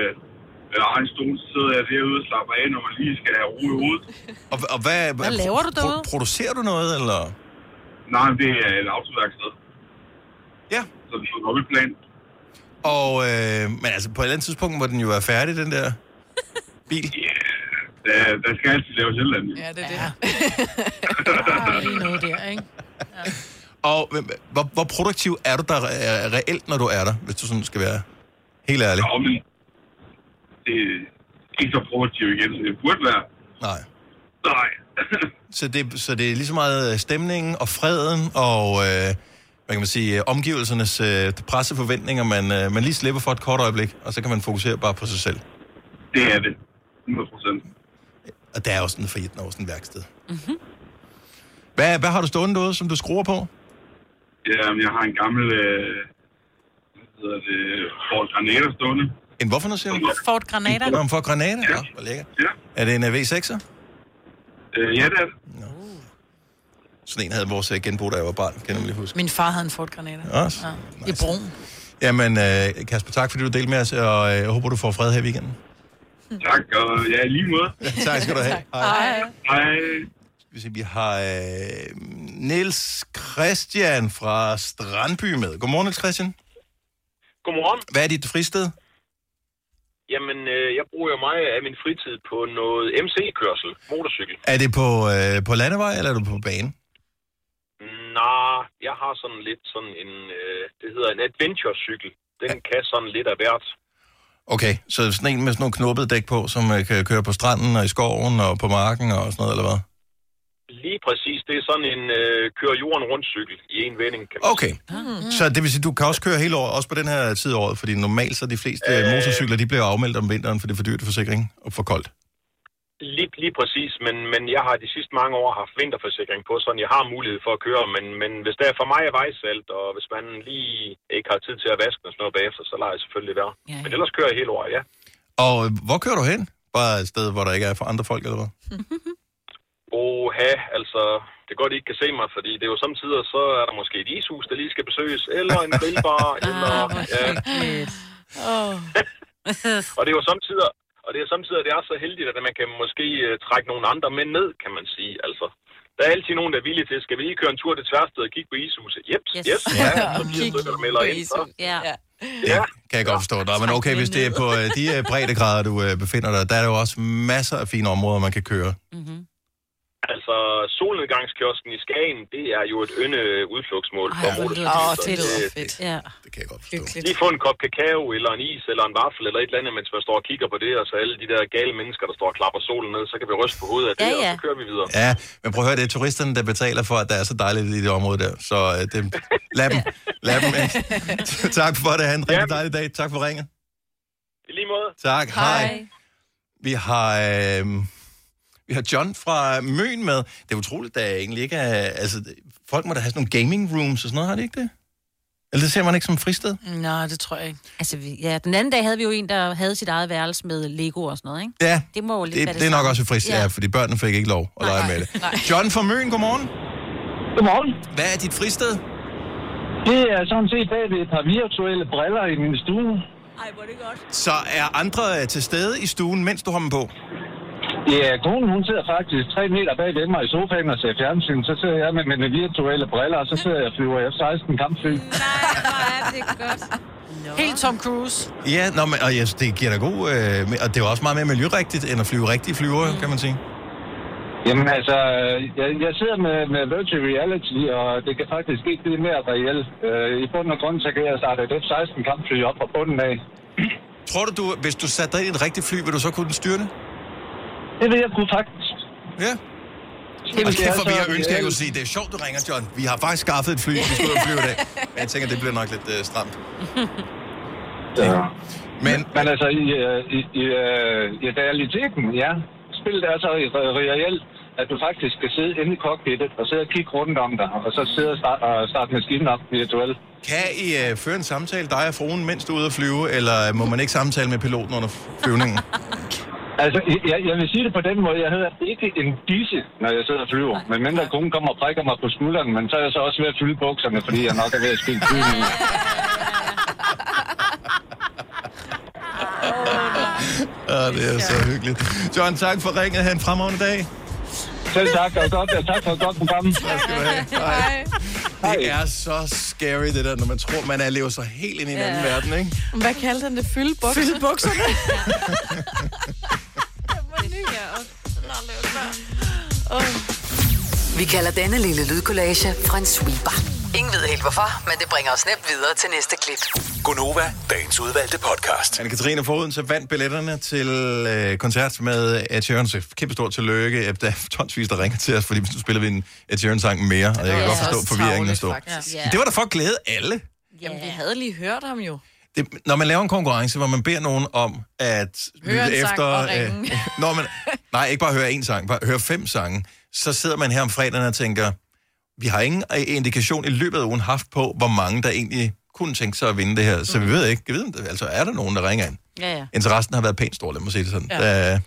[SPEAKER 19] øh, egen stol, så sidder jeg derude og slapper af, når man lige skal have ro i hovedet.
[SPEAKER 1] Og, og hvad,
[SPEAKER 19] Hvad laver du derude?
[SPEAKER 1] producerer du noget, eller?
[SPEAKER 19] Nej, det er et autoværksted.
[SPEAKER 1] Ja.
[SPEAKER 19] Så det er jo et plan.
[SPEAKER 1] Og, øh, men altså, på et eller andet tidspunkt må den jo være færdig, den der bil.
[SPEAKER 19] Ja, der, der skal altid laves et eller andet.
[SPEAKER 4] Ja,
[SPEAKER 1] Mm.
[SPEAKER 4] det er det.
[SPEAKER 2] lige noget der, ikke?
[SPEAKER 1] Og øh, hvor, hvor produktiv er du der øh, reelt, når du er der, hvis du sådan skal være helt ærlig?
[SPEAKER 19] Ja, men det er ikke så produktivt igen, som det burde være.
[SPEAKER 1] Nej.
[SPEAKER 19] Nej.
[SPEAKER 1] Så det, så det er lige så meget øh, stemningen og freden og, øh, hvad kan man sige, øh, omgivelsernes øh, presseforventninger, man, øh, man lige slipper for et kort øjeblik, og så kan man fokusere bare på sig selv.
[SPEAKER 19] Det er det. 100 procent.
[SPEAKER 1] Og der er jo sådan en frihed over sådan et værksted. Hvad, hvad har du stående derude, som du skruer på?
[SPEAKER 19] Jamen, jeg har en gammel... Øh, hvad hedder det? Ford Granada stående.
[SPEAKER 1] En hvorfor noget, siger du?
[SPEAKER 2] Ford Granada.
[SPEAKER 1] Nå, men for granater? Ja. Hvor lækkert. Ja. Er det en øh, V6'er?
[SPEAKER 19] Øh, ja, det er det.
[SPEAKER 1] Sådan en havde vores øh, genbo, da jeg var barn, kan jeg nemlig huske.
[SPEAKER 2] Min far havde en Ford Granada.
[SPEAKER 1] Også?
[SPEAKER 2] Ja. I brun.
[SPEAKER 1] Jamen, øh, Kasper, tak fordi du delte med os, og øh, jeg håber, du får fred her i weekenden.
[SPEAKER 19] Tak, og ja, i lige måde.
[SPEAKER 1] Ja, tak skal du have.
[SPEAKER 19] Hej. Hej.
[SPEAKER 1] Skal vi se, Vi har øh, Niels Christian fra Strandby med. Godmorgen, Niels Christian.
[SPEAKER 20] Godmorgen.
[SPEAKER 1] Hvad er dit fristed?
[SPEAKER 20] Jamen, øh, jeg bruger jo meget af min fritid på noget MC-kørsel, motorcykel.
[SPEAKER 1] Er det på, øh, på landevej, eller er du på bane?
[SPEAKER 20] Nej, jeg har sådan lidt sådan en, øh, det hedder en adventure-cykel. Den ja. kan sådan lidt af hvert.
[SPEAKER 1] Okay, så sådan en med sådan nogle knoppede dæk på, som øh, kan køre på stranden og i skoven og på marken og sådan noget, eller hvad?
[SPEAKER 20] Lige præcis, det er sådan en øh, køre jorden rundt cykel i en vending, kan man
[SPEAKER 1] Okay,
[SPEAKER 20] Ah.
[SPEAKER 1] så det vil sige, du kan også køre hele året, også på den her tid af året, fordi normalt så de fleste øh, motorcykler, de bliver afmeldt om vinteren, for det er for dyrt forsikring og for koldt.
[SPEAKER 20] Lige, lige præcis, men, men jeg har de sidste mange år haft vinterforsikring på, sådan jeg har mulighed for at køre, men, men hvis der for mig er vejsalt, og hvis man lige ikke har tid til at vaske den og sådan noget bagefter, så lader jeg selvfølgelig være. Ja, ja. Men ellers kører jeg hele året, ja.
[SPEAKER 1] Og øh, hvor kører du hen? Bare et sted, hvor der ikke er for andre folk, eller hvad?
[SPEAKER 20] Oha, altså, det er godt, I ikke kan se mig, fordi det er jo samtidig, så er der måske et ishus, der lige skal besøges, eller en grillbar,
[SPEAKER 4] Ah,
[SPEAKER 20] eller... Ja.
[SPEAKER 7] Oh.
[SPEAKER 20] og det er jo samtidig, og det er samtidig, at det er så heldigt, at man kan måske øh, trække nogle andre med ned, kan man sige, altså. Der er altid nogen, der er villige til, skal vi lige køre en tur til tværsted og kigge på ishuset? Jeps, yes. yes. Ja, så bliver det stykker, der melder ind. Så.
[SPEAKER 3] Ja.
[SPEAKER 1] Ja. Kan jeg godt forstå dig. Men okay, hvis det er på øh, de øh, breddegrader, du øh, befinder dig, der er der jo også masser af fine områder, man kan køre.
[SPEAKER 20] Altså, solnedgangskiosken i Skagen, det er jo et ynde udflugtsmål for
[SPEAKER 4] Åh,
[SPEAKER 20] motorcykler.
[SPEAKER 4] det lyder
[SPEAKER 20] Det-
[SPEAKER 4] fedt.
[SPEAKER 3] Ja.
[SPEAKER 1] Det kan jeg godt
[SPEAKER 4] forstå.
[SPEAKER 20] Lige få en kop kakao, eller en is, eller en vaffel, eller et eller andet, mens man står og kigger på det, og så alle de der gale mennesker, der står og klapper solen ned, så kan vi ryste på hovedet af det,
[SPEAKER 1] Ja, ja.
[SPEAKER 20] og så kører vi videre.
[SPEAKER 1] Ja, men prøv at høre, det er turisterne, der betaler for, at der er så dejligt i det område der. Så øh, det, lad dem. Lad dem ind. tak for det. Ha' en rigtig dejlig dag. Tak for ringet.
[SPEAKER 20] I lige måde.
[SPEAKER 1] Tak. Hej. Vi har, øh, vi har John fra Møn med. Det er utroligt, der egentlig ikke er... Altså, folk må da have sådan nogle gaming rooms og sådan noget, har de ikke det? Eller det ser man ikke som fristed?
[SPEAKER 2] Nej, det tror jeg ikke.
[SPEAKER 3] Altså, vi, ja, den anden dag havde vi jo en, der havde sit eget værelse med Lego og sådan noget, ikke?
[SPEAKER 1] Ja,
[SPEAKER 3] Det må jo lidt
[SPEAKER 1] det,
[SPEAKER 3] være
[SPEAKER 1] det er nok
[SPEAKER 3] samme.
[SPEAKER 1] også et fristed, ja. ja, fordi børnene fik ikke lov at lege med det. John fra Møn, godmorgen.
[SPEAKER 9] Godmorgen.
[SPEAKER 1] Hvad er dit fristed?
[SPEAKER 9] Det er sådan set bag ved et par virtuelle briller i min stue.
[SPEAKER 1] Så er andre øh, til stede i stuen, mens du har dem på?
[SPEAKER 9] Ja, konen hun sidder faktisk tre meter bag ved mig i sofaen og ser fjernsyn. Så sidder jeg med mine virtuelle briller, og så sidder jeg og flyver F-16 kampfly.
[SPEAKER 2] det er godt. Helt Tom Cruise.
[SPEAKER 1] Ja, nå, men, og yes, det giver da god... Øh, me- og det er jo også meget mere miljørigtigt, end at flyve rigtige flyver, mm. kan man sige.
[SPEAKER 9] Jamen altså, øh, jeg, jeg sidder med, med virtual reality, og det kan faktisk ikke blive mere reelt. Øh, I bund og grund, så kan jeg starte et F-16 kampfly op fra bunden af.
[SPEAKER 1] Tror du, du, hvis du satte dig ind i et rigtigt fly, vil du så kunne den styre det?
[SPEAKER 9] Det vil jeg kunne faktisk.
[SPEAKER 1] Ja. Altså, Det er kæft, for vi har ønsket, jeg kunne sige, det er sjovt, du ringer, John. Vi har faktisk skaffet et fly, vi skal ud og flyve i dag. Men jeg tænker, det bliver nok lidt øh, stramt.
[SPEAKER 9] Ja.
[SPEAKER 1] Men,
[SPEAKER 9] men altså, i, øh, i, i, øh, i realiteten, ja. Spillet er så i- re- reelt, at du faktisk skal sidde inde i cockpittet og sidde og kigge rundt om dig, og så sidde og starte, og starte maskinen op virtuelt.
[SPEAKER 1] Kan I øh, føre en samtale, dig og fruen, mens du er ude at flyve, eller må man ikke samtale med piloten under flyvningen?
[SPEAKER 9] Altså, jeg, jeg vil sige det på den måde, jeg hedder ikke en disse, når jeg sidder og flyver. Men mindre konen kommer og prikker mig på skulderen, men så er jeg så også ved at fylde bukserne, fordi jeg nok er ved at skille flyvningen.
[SPEAKER 1] Ja, det er så hyggeligt. John, tak for ringet. Ha' en fremragende dag.
[SPEAKER 9] Selv tak, og godt, og tak for et godt program.
[SPEAKER 1] Tak skal du have. Hej. Det er så scary, det der, når man tror, man er lever sig helt ind i en
[SPEAKER 4] Ja.
[SPEAKER 1] anden verden, ikke?
[SPEAKER 4] Hvad kaldte han det? Fylde bukser? Fylde bukserne.
[SPEAKER 5] Vi kalder denne lille lydkollage en sweeper. Ingen ved helt hvorfor, men det bringer os nemt videre til næste klip.
[SPEAKER 8] Gonova, dagens udvalgte podcast.
[SPEAKER 1] Anne-Katrine Foden så vandt billetterne til øh, koncert med Ed Sheeran. Så kæmpe stort tillykke. Øh, Der er tonsvis, der ringer til os, fordi nu spiller vi en Ed Sheeran-sang mere, og jeg kan
[SPEAKER 4] Ja.
[SPEAKER 1] godt
[SPEAKER 4] Det er
[SPEAKER 1] forstå
[SPEAKER 4] også
[SPEAKER 1] forvirringen der
[SPEAKER 4] tarveligt,
[SPEAKER 1] står.
[SPEAKER 4] faktisk.
[SPEAKER 1] Men Det var da for at glæde alle.
[SPEAKER 4] Jamen, vi havde lige hørt ham jo.
[SPEAKER 1] Det, når man laver en konkurrence, hvor man beder nogen om at
[SPEAKER 4] Høre en sang og ringe.
[SPEAKER 1] når man, nej, ikke bare høre en sang, bare høre fem sange, så sidder man her om fredagen og tænker, vi har ingen øh, indikation i løbet af ugen haft på, hvor mange der egentlig kunne tænke sig at vinde det her.
[SPEAKER 4] Mm.
[SPEAKER 1] Så vi ved ikke, jeg ved, om det- altså er der nogen, der ringer ind?
[SPEAKER 3] Ja, ja.
[SPEAKER 1] Interessen har været pænt stor, lad mig sige det sådan.
[SPEAKER 3] Ja.
[SPEAKER 1] Ja. Der,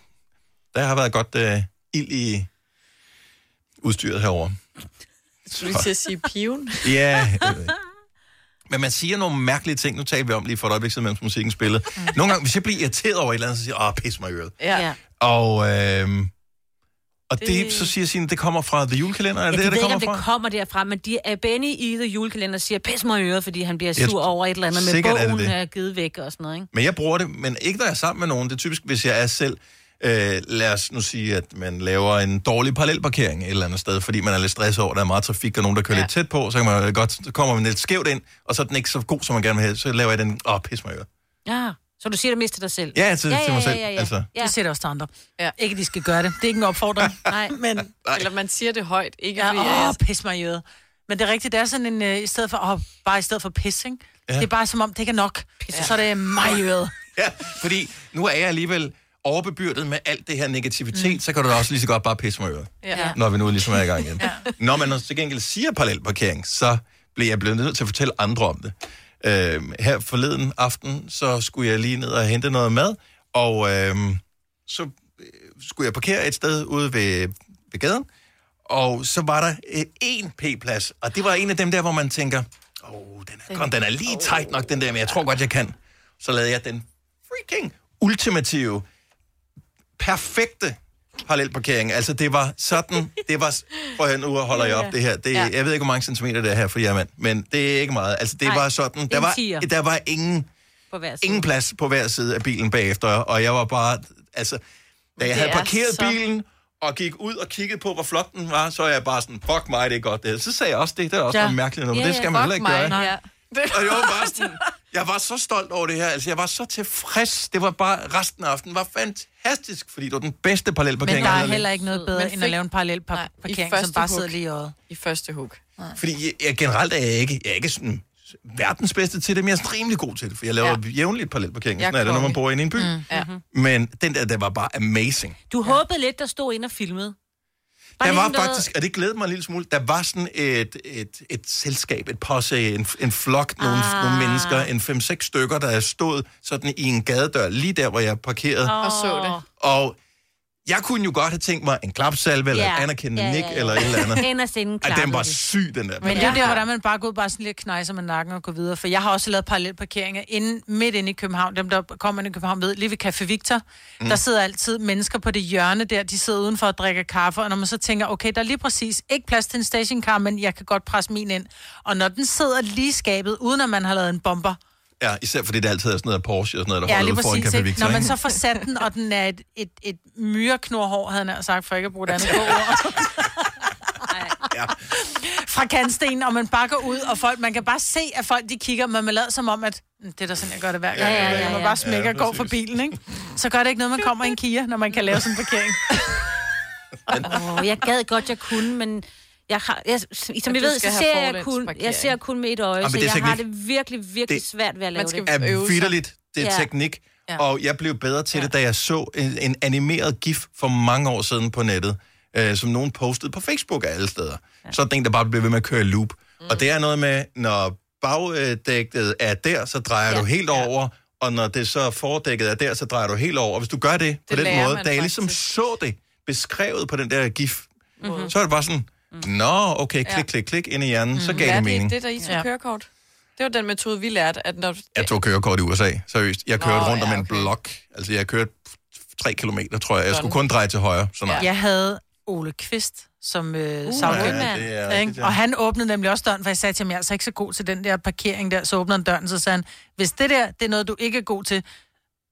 [SPEAKER 1] der har været godt uh, ild i udstyret herover.
[SPEAKER 4] Jeg skulle lige til at sige
[SPEAKER 1] Mm,
[SPEAKER 4] piven.
[SPEAKER 1] Ja, jeg ved ikke. men man siger nogle mærkelige ting. Nu talte vi om lige for et øjeblik siden, mens musikken spillede.
[SPEAKER 3] Mm.
[SPEAKER 1] Nogle gange, hvis jeg bliver irriteret over et eller andet, så siger jeg, åh, pis mig i øret.
[SPEAKER 4] Ja.
[SPEAKER 1] Og, øhm, og det...
[SPEAKER 3] Det-
[SPEAKER 1] det, så siger Signe, det kommer fra The Julekalender. Er
[SPEAKER 3] Jeg
[SPEAKER 1] det,
[SPEAKER 3] ved
[SPEAKER 1] der, det
[SPEAKER 3] ikke,
[SPEAKER 1] kommer
[SPEAKER 3] om det
[SPEAKER 1] fra?
[SPEAKER 3] kommer derfra, men de, uh, Benny i The Julekalender siger, pis mig i øret, fordi han bliver
[SPEAKER 1] Jeg
[SPEAKER 3] sur
[SPEAKER 1] tror-
[SPEAKER 3] over et eller andet med
[SPEAKER 1] sikkert er det
[SPEAKER 3] bogen
[SPEAKER 1] det.
[SPEAKER 3] er givet væk og sådan noget, ikke?
[SPEAKER 1] Men jeg bruger det, men ikke når jeg er sammen med nogen. Det er typisk, hvis jeg er selv. Øh, lad os nu sige, at man laver en dårlig parallelparkering et eller andet sted, fordi man er lidt stresset over, at der er meget trafik, og nogen, der kører ja. lidt tæt på, så, kan man godt, så kommer man lidt skævt ind, og så er den ikke så god, som man gerne vil have. Så laver jeg den, åh, pis mig i øret.
[SPEAKER 3] Ja, så du siger det mest til dig selv?
[SPEAKER 1] Ja, til- til mig selv, altså.
[SPEAKER 3] Ja.
[SPEAKER 2] Det siger det også til andre. Ja. Ikke, de skal gøre det. Det er ikke en opfordring.
[SPEAKER 3] Nej,
[SPEAKER 2] men...
[SPEAKER 4] Eller man siger det højt. Ikke fordi
[SPEAKER 2] Ja, åh,
[SPEAKER 4] jeg-
[SPEAKER 2] pis mig i øret. Men det er rigtigt, det er sådan en, øh, i stedet for, åh, bare i stedet for pissing. Ja.
[SPEAKER 1] Ja.
[SPEAKER 2] Det er bare som om, det ikke er nok. Ja. Så er det mig i øret.
[SPEAKER 1] Ja, fordi nu er jeg alligevel overbebyrdet med alt det her negativitet, mm. så kan du da også lige så godt bare pisse mig i øret,
[SPEAKER 7] Ja.
[SPEAKER 1] når vi nu ligesom er i gang igen. ja. Når man til gengæld siger parallelparkering, så bliver jeg blevet nødt til at fortælle andre om det. Øh, her forleden aften, så skulle jeg lige ned og hente noget mad, og øh, så øh, skulle jeg parkere et sted ude ved, ved gaden, og så var der øh, én p-plads, og det var en af dem der, hvor man tænker, Kom, den er lige tight nok, den der, men jeg tror godt, jeg kan. Så lavede jeg den freaking ultimative, perfekte parallelparkering. Altså, det var sådan, det var... Prøv at høre, nu holder jeg op det her. Det,
[SPEAKER 7] Ja.
[SPEAKER 1] Jeg ved ikke, hvor mange centimeter det er her for jer, mand, men det er ikke meget. Altså, det
[SPEAKER 7] Nej,
[SPEAKER 1] var sådan, der
[SPEAKER 7] en
[SPEAKER 1] var,
[SPEAKER 7] tier.
[SPEAKER 1] der var ingen,
[SPEAKER 3] på hver
[SPEAKER 8] Altså.
[SPEAKER 3] side.
[SPEAKER 1] ingen plads på hver side af bilen bagefter, og jeg var bare... Altså, da jeg
[SPEAKER 7] Det
[SPEAKER 1] havde
[SPEAKER 7] er
[SPEAKER 1] parkeret
[SPEAKER 7] så-
[SPEAKER 1] bilen, og gik ud og kiggede på, hvor flot den var, så er jeg bare sådan, fuck mig, det er godt det her. Så sagde jeg også det, det er også ja. noget mærkeligt noget, men det skal man heller ikke gøre. Og jeg var bare sådan, jeg var så stolt over det her. Altså, jeg var så tilfreds. Det var bare, resten af aftenen var fantastisk, fordi det var den bedste
[SPEAKER 2] Men
[SPEAKER 1] parallelparkering.
[SPEAKER 2] der
[SPEAKER 1] jeg
[SPEAKER 2] er
[SPEAKER 1] havde
[SPEAKER 2] heller
[SPEAKER 1] lavet.
[SPEAKER 2] ikke noget bedre,
[SPEAKER 4] Men
[SPEAKER 2] end at
[SPEAKER 4] fik-
[SPEAKER 2] lave en parallel par-
[SPEAKER 4] Nej, i
[SPEAKER 2] parkering, som
[SPEAKER 4] første
[SPEAKER 2] bare
[SPEAKER 4] hook.
[SPEAKER 2] sidder lige i øjet.
[SPEAKER 4] I første hug.
[SPEAKER 1] Fordi jeg, jeg, generelt er jeg ikke, jeg er ikke sådan verdens bedste til det, men jeg er sådan rimelig god til det, for jeg laver ja. jævnligt parallelparkering.
[SPEAKER 3] Jeg
[SPEAKER 1] Sådan er det, når man
[SPEAKER 3] konge.
[SPEAKER 1] bor inde i en by. Mm.
[SPEAKER 3] Ja. Mm-hmm.
[SPEAKER 1] Men den der, der var bare amazing.
[SPEAKER 3] Du ja. håbede lidt, der stod ind og filmede. Var
[SPEAKER 1] der
[SPEAKER 3] det
[SPEAKER 1] var
[SPEAKER 3] sådan noget-
[SPEAKER 1] faktisk, og det glædede mig en lille smule, der var sådan et, et, et selskab, et posse, en, en flok, nogle,
[SPEAKER 7] Ah.
[SPEAKER 1] nogle mennesker, en 5-6 stykker, der stod sådan i en gadedør, lige der, hvor jeg parkerede.
[SPEAKER 7] Åh. Og så det.
[SPEAKER 1] Og jeg kunne jo godt have tænkt mig en klapsalve, eller
[SPEAKER 2] Ja.
[SPEAKER 1] et anerkendende
[SPEAKER 2] Ja, ja,
[SPEAKER 1] nik,
[SPEAKER 2] ja.
[SPEAKER 1] eller et eller andet.
[SPEAKER 2] Ind og sende en
[SPEAKER 1] Ej, den var
[SPEAKER 2] klappede de.
[SPEAKER 1] syg, den der.
[SPEAKER 2] Men det er jo der, hvordan man bare går ud bare sådan lidt knejser med nakken og går videre. For jeg har også lavet parallelparkeringer inde, midt inde i København. Dem, der kommer ind i København, ved lige ved Café Victor.
[SPEAKER 3] Mm.
[SPEAKER 2] Mm. Der sidder altid mennesker på det hjørne der. De sidder udenfor og drikker kaffe. Og når man så tænker, okay, der er lige præcis ikke plads til en stationcar, men jeg kan godt presse min ind. Og når den sidder lige i skabet, uden at man har lavet en bomber,
[SPEAKER 1] Ja, især fordi det altid er sådan noget Porsche og sådan noget, der holder ud foran Café
[SPEAKER 2] ikke?
[SPEAKER 1] Victor.
[SPEAKER 2] Når man
[SPEAKER 1] ikke?
[SPEAKER 2] så får sat den, og den er et, et, et myreknorhår, havde han sagt, for ikke at bruge et andet ord. Fra kantsten, og man bare går ud, og folk, man kan bare se, at folk de kigger, men man lader som om, at "Mm, det er da sådan, jeg gør det hver gang.
[SPEAKER 3] Ja, ja, ja,
[SPEAKER 2] Man
[SPEAKER 3] ja.
[SPEAKER 2] bare smækker
[SPEAKER 3] Ja,
[SPEAKER 2] og går for bilen, ikke? Så gør det ikke noget, man kommer i en Kia, når man kan lave sådan en parkering.
[SPEAKER 3] Åh, jeg gad godt, jeg kunne, men jeg har, jeg, som
[SPEAKER 4] Ja,
[SPEAKER 3] I
[SPEAKER 4] du
[SPEAKER 3] ved, så
[SPEAKER 4] skal have
[SPEAKER 3] ser jeg, kun,
[SPEAKER 4] fordelsparkering.
[SPEAKER 3] jeg ser kun med et øje,
[SPEAKER 1] Jamen,
[SPEAKER 3] så
[SPEAKER 1] det er
[SPEAKER 3] jeg har
[SPEAKER 1] teknik.
[SPEAKER 3] det virkelig, virkelig det, svært ved at lave det.
[SPEAKER 1] er vitterligt. Det er
[SPEAKER 3] Ja.
[SPEAKER 1] teknik.
[SPEAKER 3] Ja.
[SPEAKER 1] Og jeg blev bedre til det, da jeg så en, en animeret gif for mange år siden på nettet, øh, som nogen postede på Facebook af alle steder. Ja. Sådan en, der bare blev ved med at køre i loop. Mm. Og det er noget med, når bagdækket er der, så drejer ja. du helt over, og når det så fordækket er der, så drejer du helt over. Og hvis du gør det, på den
[SPEAKER 7] lærer
[SPEAKER 1] måde,
[SPEAKER 7] man
[SPEAKER 1] da jeg ligesom så det beskrevet på den der gif, mm-hmm. så er det bare sådan, nå, okay, klik,
[SPEAKER 4] Ja.
[SPEAKER 1] klik, klik ind i hjernen, mm. så gav
[SPEAKER 4] ja,
[SPEAKER 1] det
[SPEAKER 4] det er
[SPEAKER 1] mening.
[SPEAKER 4] det, der I tog ja. kørekort. Det var den metode, vi lærte, at når...
[SPEAKER 1] Jeg tog kørekort i USA, seriøst. Jeg kørte
[SPEAKER 4] Nå,
[SPEAKER 1] rundt om
[SPEAKER 4] ja,
[SPEAKER 1] en blok. Altså, jeg kørte 3 kilometer, tror jeg. Jeg skulle kun dreje til højre, så nej.
[SPEAKER 2] Jeg havde Ole Kvist som øh, uh,
[SPEAKER 1] Uh, ja, det er rigtigt, ja.
[SPEAKER 2] Og han åbnede nemlig også døren, for jeg sagde til ham, jeg er altså ikke så god til den der parkering der. Så åbnede han døren, så sagde han, hvis det der det er noget, du ikke er god til,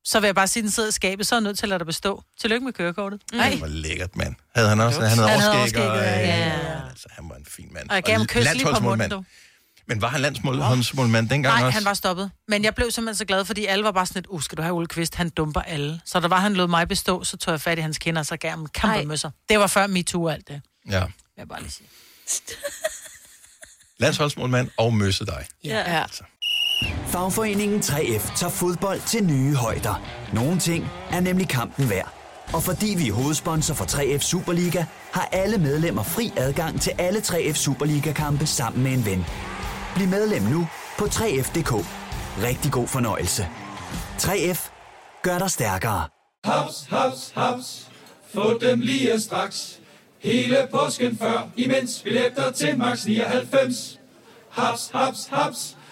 [SPEAKER 2] så vil jeg bare sige, den sidder i skabet, så er jeg nødt til at lade dig bestå. Tillykke med kørekortet. Nej.
[SPEAKER 1] Det var lækkert, mand. Havde han også? Han havde overskæg og...
[SPEAKER 2] ja.
[SPEAKER 1] øh,
[SPEAKER 2] ja.
[SPEAKER 1] Altså, han var en fin mand.
[SPEAKER 2] Og jeg gav ham kys lige på munden,
[SPEAKER 1] landsholdsmålmand.
[SPEAKER 2] du.
[SPEAKER 1] Men var han landsmålmand dengang
[SPEAKER 2] Nej,
[SPEAKER 1] også?
[SPEAKER 2] han var stoppet. Men jeg blev simpelthen så glad, fordi alle var bare sådan lidt, uh, skal du have Ole Kvist? Han dumper alle. Så der var, han lod mig bestå, så tog jeg fat i hans kinder, og så gav ham en kæmpe møsser. Det var før MeToo og alt det.
[SPEAKER 1] Ja.
[SPEAKER 2] Vil jeg bare lige sige.
[SPEAKER 1] Landsholdsmålmand og møsse dig.
[SPEAKER 4] Ja. ja.
[SPEAKER 17] Fagforeningen 3F tager fodbold til nye højder. Nogle ting er nemlig kampen værd. Og fordi vi er hovedsponsor for 3F Superliga, har alle medlemmer fri adgang til alle 3F Superliga-kampe sammen med en ven. Bliv medlem nu på 3F.dk. Rigtig god fornøjelse. 3F gør dig stærkere.
[SPEAKER 10] Haps, haps, haps. Få dem lige straks. Hele påsken før, imens billetter til max 99. Haps, haps, haps.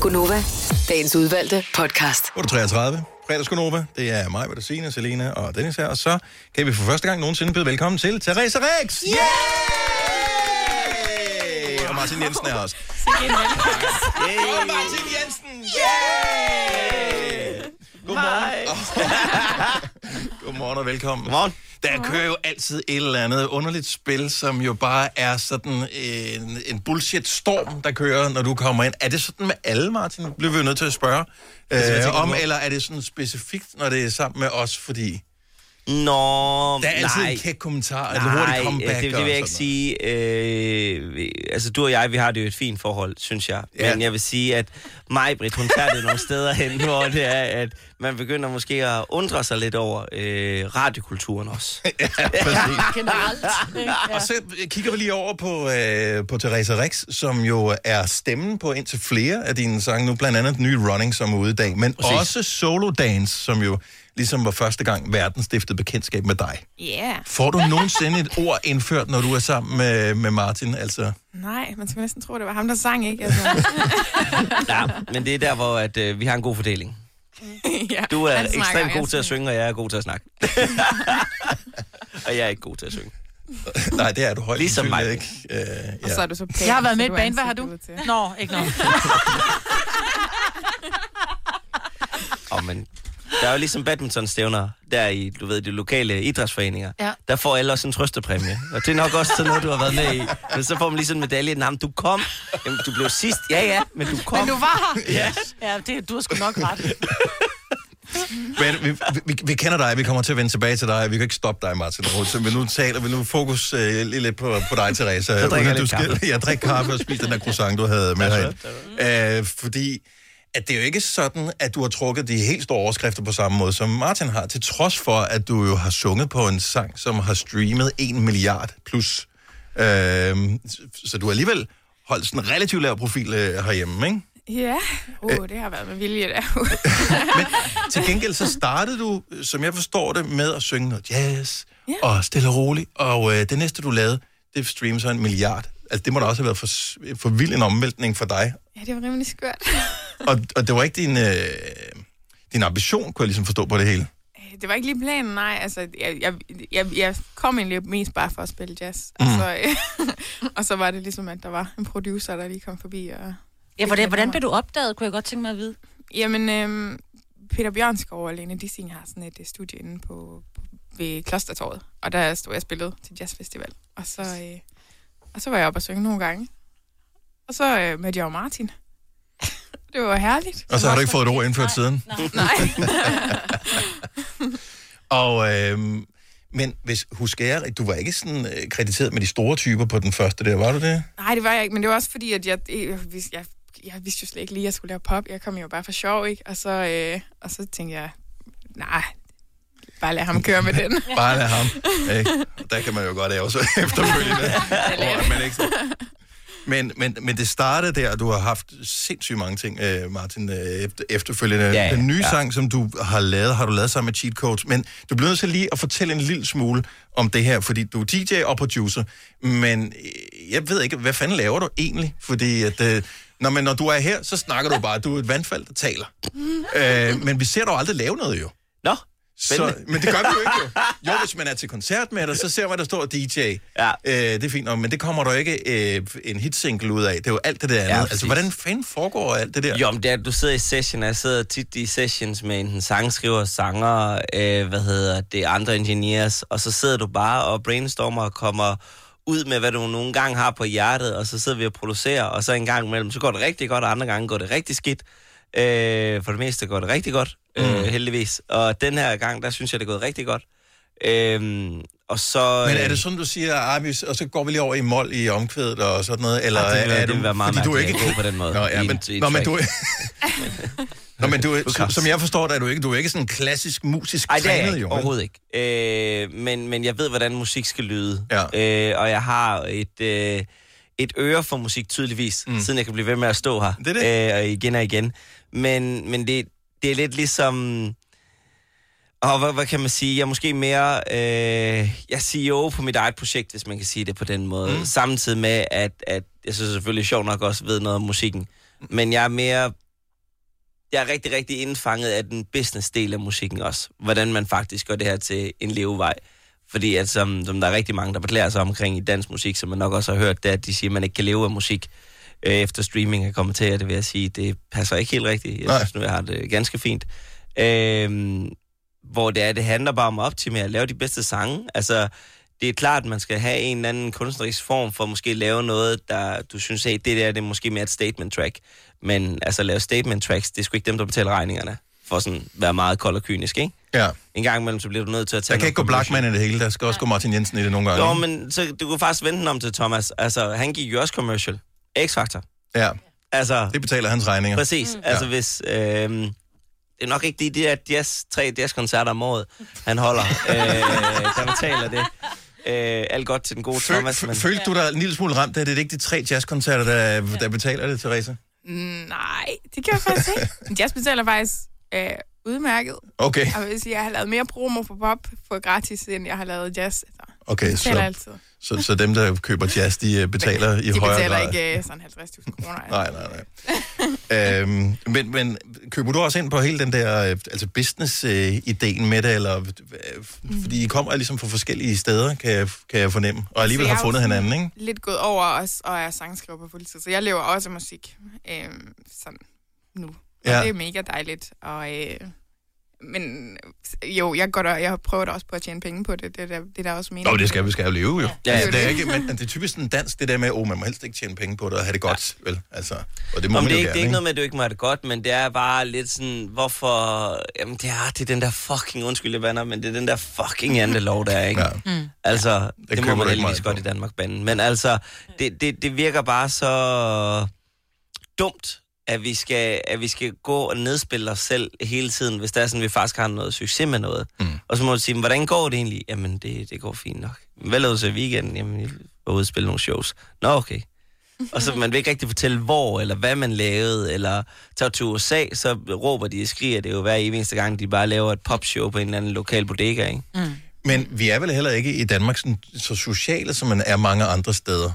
[SPEAKER 5] Gunova, dagens udvalgte podcast.
[SPEAKER 1] 8.33. Fredagskonova. Det er mig, Britta Signe, Selena og Dennis her. Og så kan vi for første gang nogensinde byde velkommen til Therese Rex. Yeah! Og Martin Jensen er her også. Og Martin Jensen. Godmorgen. Godmorgen og velkommen. Godmorgen. Der kører jo altid et eller andet underligt spil, som jo bare er sådan en, en bullshit-storm, der kører, når du kommer ind. Er det sådan med alle, Martin? Bliver vi jo nødt til at spørge
[SPEAKER 11] jeg tænker
[SPEAKER 1] øh, om,
[SPEAKER 11] på.
[SPEAKER 1] eller er det sådan specifikt, når det er sammen med os, fordi...
[SPEAKER 11] Nå,
[SPEAKER 1] Der er altid
[SPEAKER 11] nej.
[SPEAKER 1] en kæk kommentar, eller
[SPEAKER 11] Nej, øh,
[SPEAKER 1] hurtigt comeback.
[SPEAKER 11] det, det
[SPEAKER 1] og
[SPEAKER 11] vil jeg ikke
[SPEAKER 1] sådan
[SPEAKER 11] sige. Øh, vi- altså, du og jeg, vi har det jo et fint forhold, synes jeg.
[SPEAKER 1] Ja.
[SPEAKER 11] Ja. Men jeg vil sige, at Majbrit, hun tager det nogle steder hen, hvor det er, at man begynder måske at undre sig lidt over øh, radiokulturen også.
[SPEAKER 7] Generelt.
[SPEAKER 1] Og så kigger vi lige over på, øh, på Therese Rex, som jo er stemmen på indtil flere af dine sange nu, blandt andet den nye Running, som er ude i dag, men Præcis.
[SPEAKER 21] Præcis.
[SPEAKER 1] også Solo Dance, som jo ligesom var første gang verden stiftede bekendtskab med dig.
[SPEAKER 21] Yeah.
[SPEAKER 1] Får du nogensinde et ord indført, når du er sammen med, med Martin? Altså,
[SPEAKER 21] Nej, man skal næsten tro, det var ham, der sang, ikke? Altså,
[SPEAKER 11] ja, men det er der, hvor at, øh, vi har en god fordeling.
[SPEAKER 21] ja,
[SPEAKER 11] Du er
[SPEAKER 21] han snakker, altså.
[SPEAKER 11] ekstremt god
[SPEAKER 21] jeg
[SPEAKER 11] til at synge, og jeg er god til at snakke. og jeg er ikke god til at synge.
[SPEAKER 1] nej, det er du højst
[SPEAKER 11] Ligesom mig.
[SPEAKER 1] sandsynligt ikke. Øh,
[SPEAKER 21] Og så er du så pæn,
[SPEAKER 2] Jeg har været med i
[SPEAKER 21] så
[SPEAKER 2] et
[SPEAKER 21] er
[SPEAKER 2] band, hvad har du?
[SPEAKER 21] ansigtet til.
[SPEAKER 2] Nå, ikke noget.
[SPEAKER 11] Oh, men der er jo ligesom badmintonstævner der i, du ved, de lokale idrætsforeninger.
[SPEAKER 2] Ja.
[SPEAKER 11] Der får alle også en trøstepræmie. Og det er nok også sådan noget, du har været med i. Men så får man lige sådan en medalje. Nå, men du kom. Jamen, du blev sidst. Ja, ja, men du kom.
[SPEAKER 2] Men du var her.
[SPEAKER 11] Ja.
[SPEAKER 2] ja det, du har sgu nok ret.
[SPEAKER 1] Men vi, vi, vi kender dig, vi kommer til at vende tilbage til dig, vi kan ikke stoppe dig, Martin Roth, så vi nu taler, vi nu fokus øh, lige lidt på, på dig, Therese.
[SPEAKER 11] drikker
[SPEAKER 1] Uden at
[SPEAKER 11] jeg
[SPEAKER 1] du
[SPEAKER 11] lidt kaffe.
[SPEAKER 1] Jeg drikker kaffe og spiser den der croissant, du havde med herinde. Øh, fordi at det er jo ikke sådan, at du har trukket de helt store overskrifter på samme måde, som Martin har, til trods for, at du jo har sunget på en sang, som har streamet en milliard plus. Øh, så du har alligevel holdt sådan en relativt lav profil øh, herhjemme, ikke?
[SPEAKER 21] Ja, uh,
[SPEAKER 11] Øh.
[SPEAKER 21] det har været med vilje der.
[SPEAKER 1] Til gengæld så startede du, som jeg forstår det, med at synge noget jazz, yeah. og stille og roligt, og øh, det næste, du lavede, det streamede så en milliard. Altså, det må da også have været for, s- for vild en omvæltning for dig.
[SPEAKER 21] Ja, det var rimelig skørt.
[SPEAKER 1] Og, og det var ikke din, øh, din ambition, kunne jeg ligesom forstå på det hele.
[SPEAKER 21] Det var ikke lige planen, nej. Altså, jeg, jeg, jeg, jeg kom egentlig mest bare for at spille jazz.
[SPEAKER 1] Mm.
[SPEAKER 21] Og, så, og så var det ligesom, at der var en producer, der lige kom forbi. Og
[SPEAKER 3] Ja, hvordan, hvordan blev du opdaget, kunne jeg godt tænke mig at vide.
[SPEAKER 21] Jamen, øhm, Peter Bjørnskov og Lene Dissing har sådan et øh, studie inde på, på, ved Klostertorvet, og der stod jeg og spillede til jazzfestival. Og så, øh, og så var jeg oppe og synge nogle gange. Og så øh, mødte jeg jo Martin. det var herligt.
[SPEAKER 1] Og så har du ikke fået et ord indført siden. Og, øh, men hvis husker jeg, rigtigt, du var ikke sådan øh, krediteret med de store typer på den første der, var du det?
[SPEAKER 21] Nej, det var jeg ikke, men det var også fordi, at jeg, jeg, vidste, jeg, jeg vidste jo slet ikke lige, at jeg skulle lave pop. Jeg kom jo bare for sjov, ikke? Og så, øh, og så tænkte jeg, nej, bare lad ham køre med den.
[SPEAKER 1] Bare lad ham. Ikke? Og Der kan man jo godt af også efterfølgende. Og man ikke... men, men, men det startede der, og du har haft sindssygt mange ting, øh, Martin, øh, efter- efterfølgende.
[SPEAKER 11] Ja, ja,
[SPEAKER 1] Den nye
[SPEAKER 11] ja.
[SPEAKER 1] sang, som du har lavet, har du lavet sammen med Cheat Codes. Men du bliver nødt til lige at fortælle en lille smule om det her, fordi du er DJ og producer. Men øh, jeg ved ikke, hvad fanden laver du egentlig? Fordi at, øh, når, men når du er her, så snakker du bare. Du er et vandfald, der taler. Øh, men vi ser dig jo aldrig lave noget, jo.
[SPEAKER 11] Nå,
[SPEAKER 1] så, Men det gør vi jo ikke, jo. Jo, hvis man er til koncert med dig, så ser man, der står DJ. Ja. Øh, det er fint nok, men det kommer der jo ikke øh, en hitsingle ud af. Det er jo alt det der andet. Ja, altså,
[SPEAKER 11] præcis.
[SPEAKER 1] hvordan fanden foregår alt det der?
[SPEAKER 11] Jo, men det er, at du sidder i session, og jeg sidder tit i sessions med enten sangskriver, sanger, øh, hvad hedder det, andre engineers, og så sidder du bare og brainstormer og kommer ud med, hvad du nogle gange har på hjertet, og så sidder vi og producerer, og så en gang imellem, så går det rigtig godt, og andre gange går det rigtig skidt. Øh, for det meste går det rigtig godt, øh,
[SPEAKER 1] Mm.
[SPEAKER 11] heldigvis. Og den her gang, der synes jeg, det er gået rigtig godt. Øh, og øh, så...
[SPEAKER 1] Men er det sådan, du siger, ah, vi, og så går vi lige over i mol i omkvædet og sådan noget? Eller
[SPEAKER 11] Ah, det ville-
[SPEAKER 1] er
[SPEAKER 11] det
[SPEAKER 1] du,
[SPEAKER 11] ville være meget
[SPEAKER 1] fordi du er
[SPEAKER 11] mærkeligt
[SPEAKER 1] ikke
[SPEAKER 11] at gå på den måde
[SPEAKER 1] Nå, ja,
[SPEAKER 11] i
[SPEAKER 1] men,
[SPEAKER 11] et- i et
[SPEAKER 1] nå, men du,
[SPEAKER 11] track.
[SPEAKER 1] nå, men du, er- som jeg forstår dig, er du ikke, du er ikke sådan klassisk musisk
[SPEAKER 11] Ej, det er jeg
[SPEAKER 1] trænet,
[SPEAKER 11] ikke,
[SPEAKER 1] jo. vel?
[SPEAKER 11] overhovedet ikke. Øh, men, men jeg ved, hvordan musik skal lyde. Ja. Øh, og jeg har et, øh, et øre for musik, tydeligvis, mm. siden jeg kan blive ved med at stå her.
[SPEAKER 1] Det er
[SPEAKER 11] det. Øh, og igen og igen. Men, men det, det er lidt ligesom... Og hvad, hvad kan man sige? Jeg er måske mere... Øh, jeg er CEO på mit eget projekt, hvis man kan sige det på den måde. Mm. Samtidig med, at, at jeg synes selvfølgelig sjovt nok også ved noget om musikken. Men jeg er mere jeg er rigtig, rigtig indfanget af den business-del af musikken også. Hvordan man faktisk gør det her til en levevej. Fordi at som, som der er rigtig mange, der beklager sig omkring i dansk musik, som man nok også har hørt, det er, at de siger, at man ikke kan leve af musik øh, efter streaming er kommet til, og det vil jeg sige, det passer ikke helt rigtigt. Jeg synes nu, jeg har det ganske fint. Øhm, hvor det er, det handler bare om at optimere, lave de bedste sange. Altså, det er klart, at man skal have en eller anden kunstnerisk form for at måske lave noget, der du synes, hey, det der det er måske mere et statement track. Men altså, lave statement tracks, det er sgu ikke dem, der betaler regningerne. For sådan at være meget kold og kynisk, ikke?
[SPEAKER 1] Ja.
[SPEAKER 11] En gang imellem, så bliver du nødt til at tage
[SPEAKER 1] Der kan
[SPEAKER 11] noget
[SPEAKER 1] ikke gå Blackman i det hele. Der skal også gå Martin Jensen i det nogle gange.
[SPEAKER 11] Nå,
[SPEAKER 1] ikke?
[SPEAKER 11] men så, du kunne faktisk vente den om til Thomas. Altså, han gik jo også commercial. X-Factor.
[SPEAKER 1] Ja.
[SPEAKER 11] Altså,
[SPEAKER 1] det betaler hans regninger.
[SPEAKER 11] Præcis. Mm. Altså, hvis... Øh, det er nok ikke de, de der jazz, tre jazzkoncerter om året, han holder. øh, der betaler det. Øh, alt godt til den gode
[SPEAKER 1] Føl,
[SPEAKER 11] Thomas. Men...
[SPEAKER 1] f- følte du dig en lille smule ramt af, at det er ikke de tre jazzkoncerter, der, der betaler det, Therese?
[SPEAKER 21] Nej, det kan jeg faktisk ikke. Jazz betaler faktisk øh, udmærket.
[SPEAKER 1] Okay.
[SPEAKER 21] Og hvis jeg har lavet mere promo for pop for gratis, end jeg har lavet jazz.
[SPEAKER 1] Okay,
[SPEAKER 21] Det
[SPEAKER 1] så,
[SPEAKER 21] betaler altid.
[SPEAKER 1] så, så dem, der køber jazz, de øh, betaler i
[SPEAKER 21] De
[SPEAKER 1] højere
[SPEAKER 21] betaler
[SPEAKER 1] grad.
[SPEAKER 21] ikke øh, sådan 50.000 kroner.
[SPEAKER 1] Nej, nej, nej. øhm, men, men køber du også ind på hele den der øh, altså business-ideen med det, eller, øh,
[SPEAKER 21] Mm.
[SPEAKER 1] fordi I kommer ligesom fra forskellige steder, kan jeg, kan jeg fornemme, og alligevel
[SPEAKER 21] Så jeg
[SPEAKER 1] har
[SPEAKER 21] er jo
[SPEAKER 1] fundet
[SPEAKER 21] sådan
[SPEAKER 1] hinanden, ikke?
[SPEAKER 21] Lidt gået over os, og er sangskriver på fuldtid, så jeg lever også af musik øhm, sådan nu. Og
[SPEAKER 1] Ja.
[SPEAKER 21] ja. det er mega dejligt. Og, øh, men øh, jo, jeg, går der, jeg prøver da også på at tjene penge på det. Det er der, det er der også meningen.
[SPEAKER 1] Nå, det skal vi skal jo leve, jo.
[SPEAKER 21] Ja,
[SPEAKER 1] Ja,
[SPEAKER 21] ja.
[SPEAKER 1] altså, det er ikke, men det er typisk en dans, det der med, at oh, man må helst ikke tjene penge på det, og have det godt, ja. vel? Altså, og det må
[SPEAKER 11] Om
[SPEAKER 1] man
[SPEAKER 11] det, er
[SPEAKER 1] jo
[SPEAKER 11] ikke, det
[SPEAKER 1] gerne,
[SPEAKER 11] er ikke noget med, at du ikke må have det godt, men det er bare lidt sådan, hvorfor... Jamen, det er, det er den der fucking... Undskyld, jeg bander, men det er den der fucking jantelov, der er, ikke?
[SPEAKER 1] Ja.
[SPEAKER 7] Mm.
[SPEAKER 11] Altså, det, det
[SPEAKER 1] køber
[SPEAKER 11] må
[SPEAKER 1] du
[SPEAKER 11] man
[SPEAKER 1] ikke
[SPEAKER 11] heldigvis
[SPEAKER 1] meget
[SPEAKER 11] godt i Danmark banden. Men altså, det, det, det virker bare så dumt, at vi, skal, at vi skal gå og nedspille os selv hele tiden, hvis det er sådan, at vi faktisk har noget succes med noget. Mm. Og så må du sige, "Men hvordan går det egentlig? Jamen, det, det går fint nok. Hvad lavede du så i weekenden? Jamen, jeg var ude og spille nogle shows. Nå, okay. Og så man vil ikke rigtig fortælle, hvor eller hvad man lavede, eller tager til USA, så råber de og skriger det jo hver evig eneste gang, de bare laver et popshow på en eller anden lokal bodega, ikke?
[SPEAKER 1] Men vi er vel heller ikke i Danmark sådan, så sociale, som man er mange andre steder.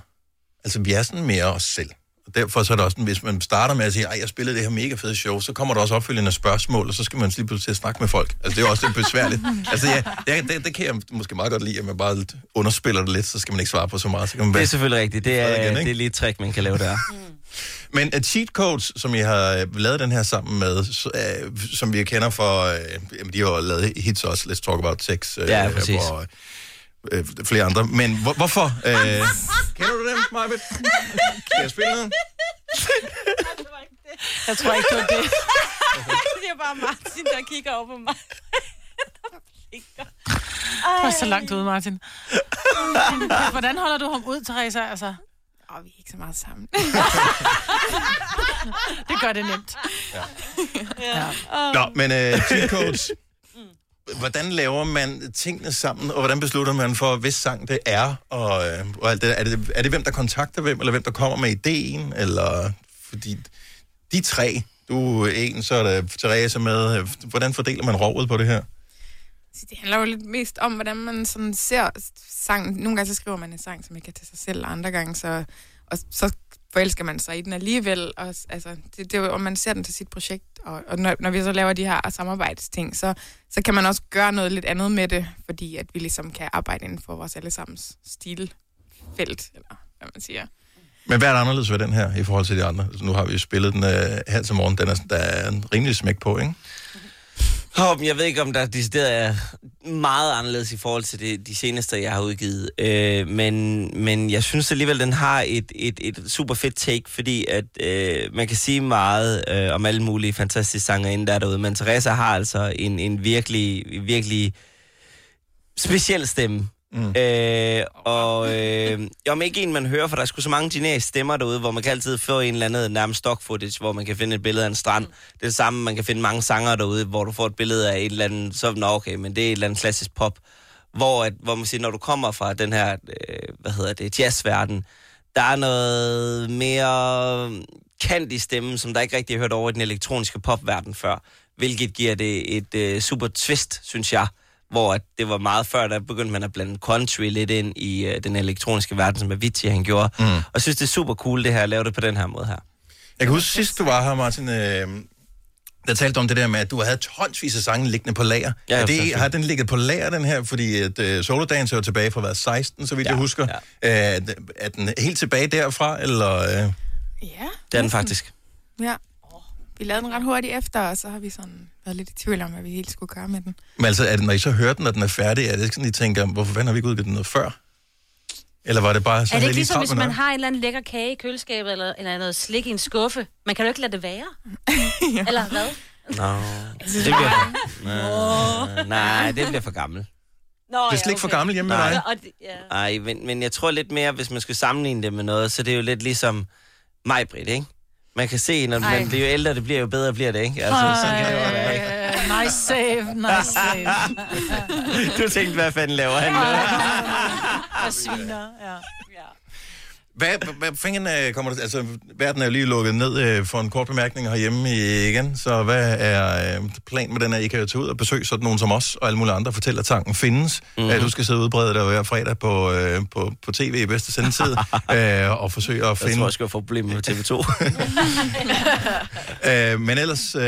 [SPEAKER 1] Altså, vi er sådan mere os selv. Og derfor så er det også sådan, hvis man starter med at sige, at jeg spillede det her mega fede show, så kommer der også opfølgende spørgsmål, og så skal man lige pludselig til at snakke med folk. Altså, det er jo også lidt besværligt. Altså, ja, det, det, det, kan jeg måske meget godt lide, at man bare lidt underspiller det lidt, så skal man ikke svare på så meget. Så kan man
[SPEAKER 11] Det er
[SPEAKER 1] være-
[SPEAKER 11] selvfølgelig rigtigt. Det er,
[SPEAKER 1] Fred igen, ikke?
[SPEAKER 11] det er lige et trick, man kan lave der.
[SPEAKER 1] Men at cheat codes, som jeg har øh, lavet den her sammen med, så, øh, som vi kender for, øh, jamen, de har jo lavet hits også, Let's Talk About Sex, øh,
[SPEAKER 11] Ja, præcis.
[SPEAKER 1] og øh, flere andre. Men hvor, hvorfor? Øh, Kender du dem, Marvitt? Skal jeg spille noget?
[SPEAKER 7] Jeg tror ikke, det var det.
[SPEAKER 6] det er bare Martin, der kigger over på mig.
[SPEAKER 2] Prøv så langt ud, Martin. Hvordan holder du ham ud, Teresa? Altså?
[SPEAKER 21] Åh, vi er ikke så meget sammen.
[SPEAKER 2] det gør det nemt. Ja. ja.
[SPEAKER 1] Nå, men øh, cheat codes. Hvordan laver man tingene sammen, og hvordan beslutter man for, hvis sang det er, og, øh, og alt det, der? er det, er det hvem, der kontakter hvem, eller hvem, der kommer med ideen, eller fordi de tre, du er en, så er der Therese med, øh, hvordan fordeler man rovet på det her?
[SPEAKER 21] Så det handler jo lidt mest om, hvordan man sådan ser sangen. Nogle gange så skriver man en sang, som ikke er til sig selv, og andre gange så, og så forelsker man sig i den alligevel. Og, s- altså, det, det, er jo, om man ser den til sit projekt, og, og når, når, vi så laver de her samarbejdsting, så, så kan man også gøre noget lidt andet med det, fordi at vi ligesom kan arbejde inden for vores allesammens stilfelt, eller hvad man siger.
[SPEAKER 1] Men hvad er der anderledes ved den her, i forhold til de andre? Altså, nu har vi jo spillet den øh, her til morgen, den er, der er en rimelig smæk på, ikke?
[SPEAKER 11] Hov, men jeg ved ikke, om der decideret er meget anderledes i forhold til det, de seneste, jeg har udgivet. Øh, men, men jeg synes alligevel, den har et, et, et super fedt take, fordi at øh, man kan sige meget øh, om alle mulige fantastiske sanger inden der er derude. Men Teresa har altså en, en virkelig, virkelig speciel stemme. Mm. Øh, og øh, om ikke en, man hører, for der er sgu så mange generiske stemmer derude, hvor man kan altid få en eller anden nærmest stock footage, hvor man kan finde et billede af en strand. Mm. Det er det samme, man kan finde mange sanger derude, hvor du får et billede af et eller andet, så nå okay, men det er et eller andet klassisk pop. Hvor, at, hvor man siger, når du kommer fra den her, øh, hvad hedder det, jazzverden, der er noget mere kant i stemmen, som der ikke rigtig er hørt over i den elektroniske popverden før, hvilket giver det et øh, super twist, synes jeg, hvor at det var meget før, der begyndte man at blande country lidt ind i øh, den elektroniske verden, som Avicii han gjorde. Mm. Og jeg synes, det er super cool det her, at lave det på den her måde her.
[SPEAKER 1] Jeg kan huske sidst, du var her, Martin, øh, der talte du om det der med, at du havde tonsvis af sange liggende på lager.
[SPEAKER 11] Ja,
[SPEAKER 1] Ja, er det,
[SPEAKER 11] sindssygt.
[SPEAKER 1] har den ligget på lager, den her? Fordi at, øh, Solodance er jo tilbage fra hvad, 16, så vidt ja, jeg husker. Ja. Øh, er den helt tilbage derfra, eller... Øh,
[SPEAKER 21] Ja.
[SPEAKER 11] Det er den faktisk.
[SPEAKER 21] Ja. Vi lavede den ret hurtigt efter, og så har vi sådan været lidt i tvivl om, hvad vi helt skulle gøre med den.
[SPEAKER 1] Men altså, er det, når I så hører den, når den er færdig, er det ikke sådan, I tænker, hvorfor fanden har vi ikke udgivet den noget før? Eller var det bare
[SPEAKER 3] er
[SPEAKER 1] sådan,
[SPEAKER 3] det ikke ligesom, hvis man har en eller anden lækker kage i køleskabet, eller, eller noget slik i en skuffe? Man kan jo ikke lade det være. Eller hvad?
[SPEAKER 11] Nå, det bliver... Nå, nej, det bliver for gammel.
[SPEAKER 3] Nå,
[SPEAKER 1] Det er slik for gammel hjemme med
[SPEAKER 11] Nej.
[SPEAKER 1] dig.
[SPEAKER 3] Og det, ja.
[SPEAKER 11] Nej, men, men jeg tror lidt mere, hvis man skulle sammenligne det med noget, så det er jo lidt ligesom mig, Britt, ikke? Man kan se, når
[SPEAKER 2] Ej.
[SPEAKER 11] man bliver jo ældre, det bliver jo bedre, bliver altså, det, ikke?
[SPEAKER 2] Øh, nice save, nice save.
[SPEAKER 11] Du tænkte, hvad fanden laver han?
[SPEAKER 2] Og sviner, ja.
[SPEAKER 1] Hvad, hvad fanden øh, kommer der... Altså, verden er jo lige lukket ned øh, for en kort bemærkning herhjemme i- igen, så hvad er øh, planen med den her? I kan jo tage ud og besøge sådan nogen som os og alle mulige andre og fortælle, at tanken findes.
[SPEAKER 11] Mhm.
[SPEAKER 1] Mm-hmm. Øh, du skal sidde og udbrede dig hver fredag på, øh, på, på tv i bedste sendetid øh, og forsøge at finde...
[SPEAKER 11] tror, jeg skal få problemer med TV2.
[SPEAKER 1] Øh, men ellers, øh,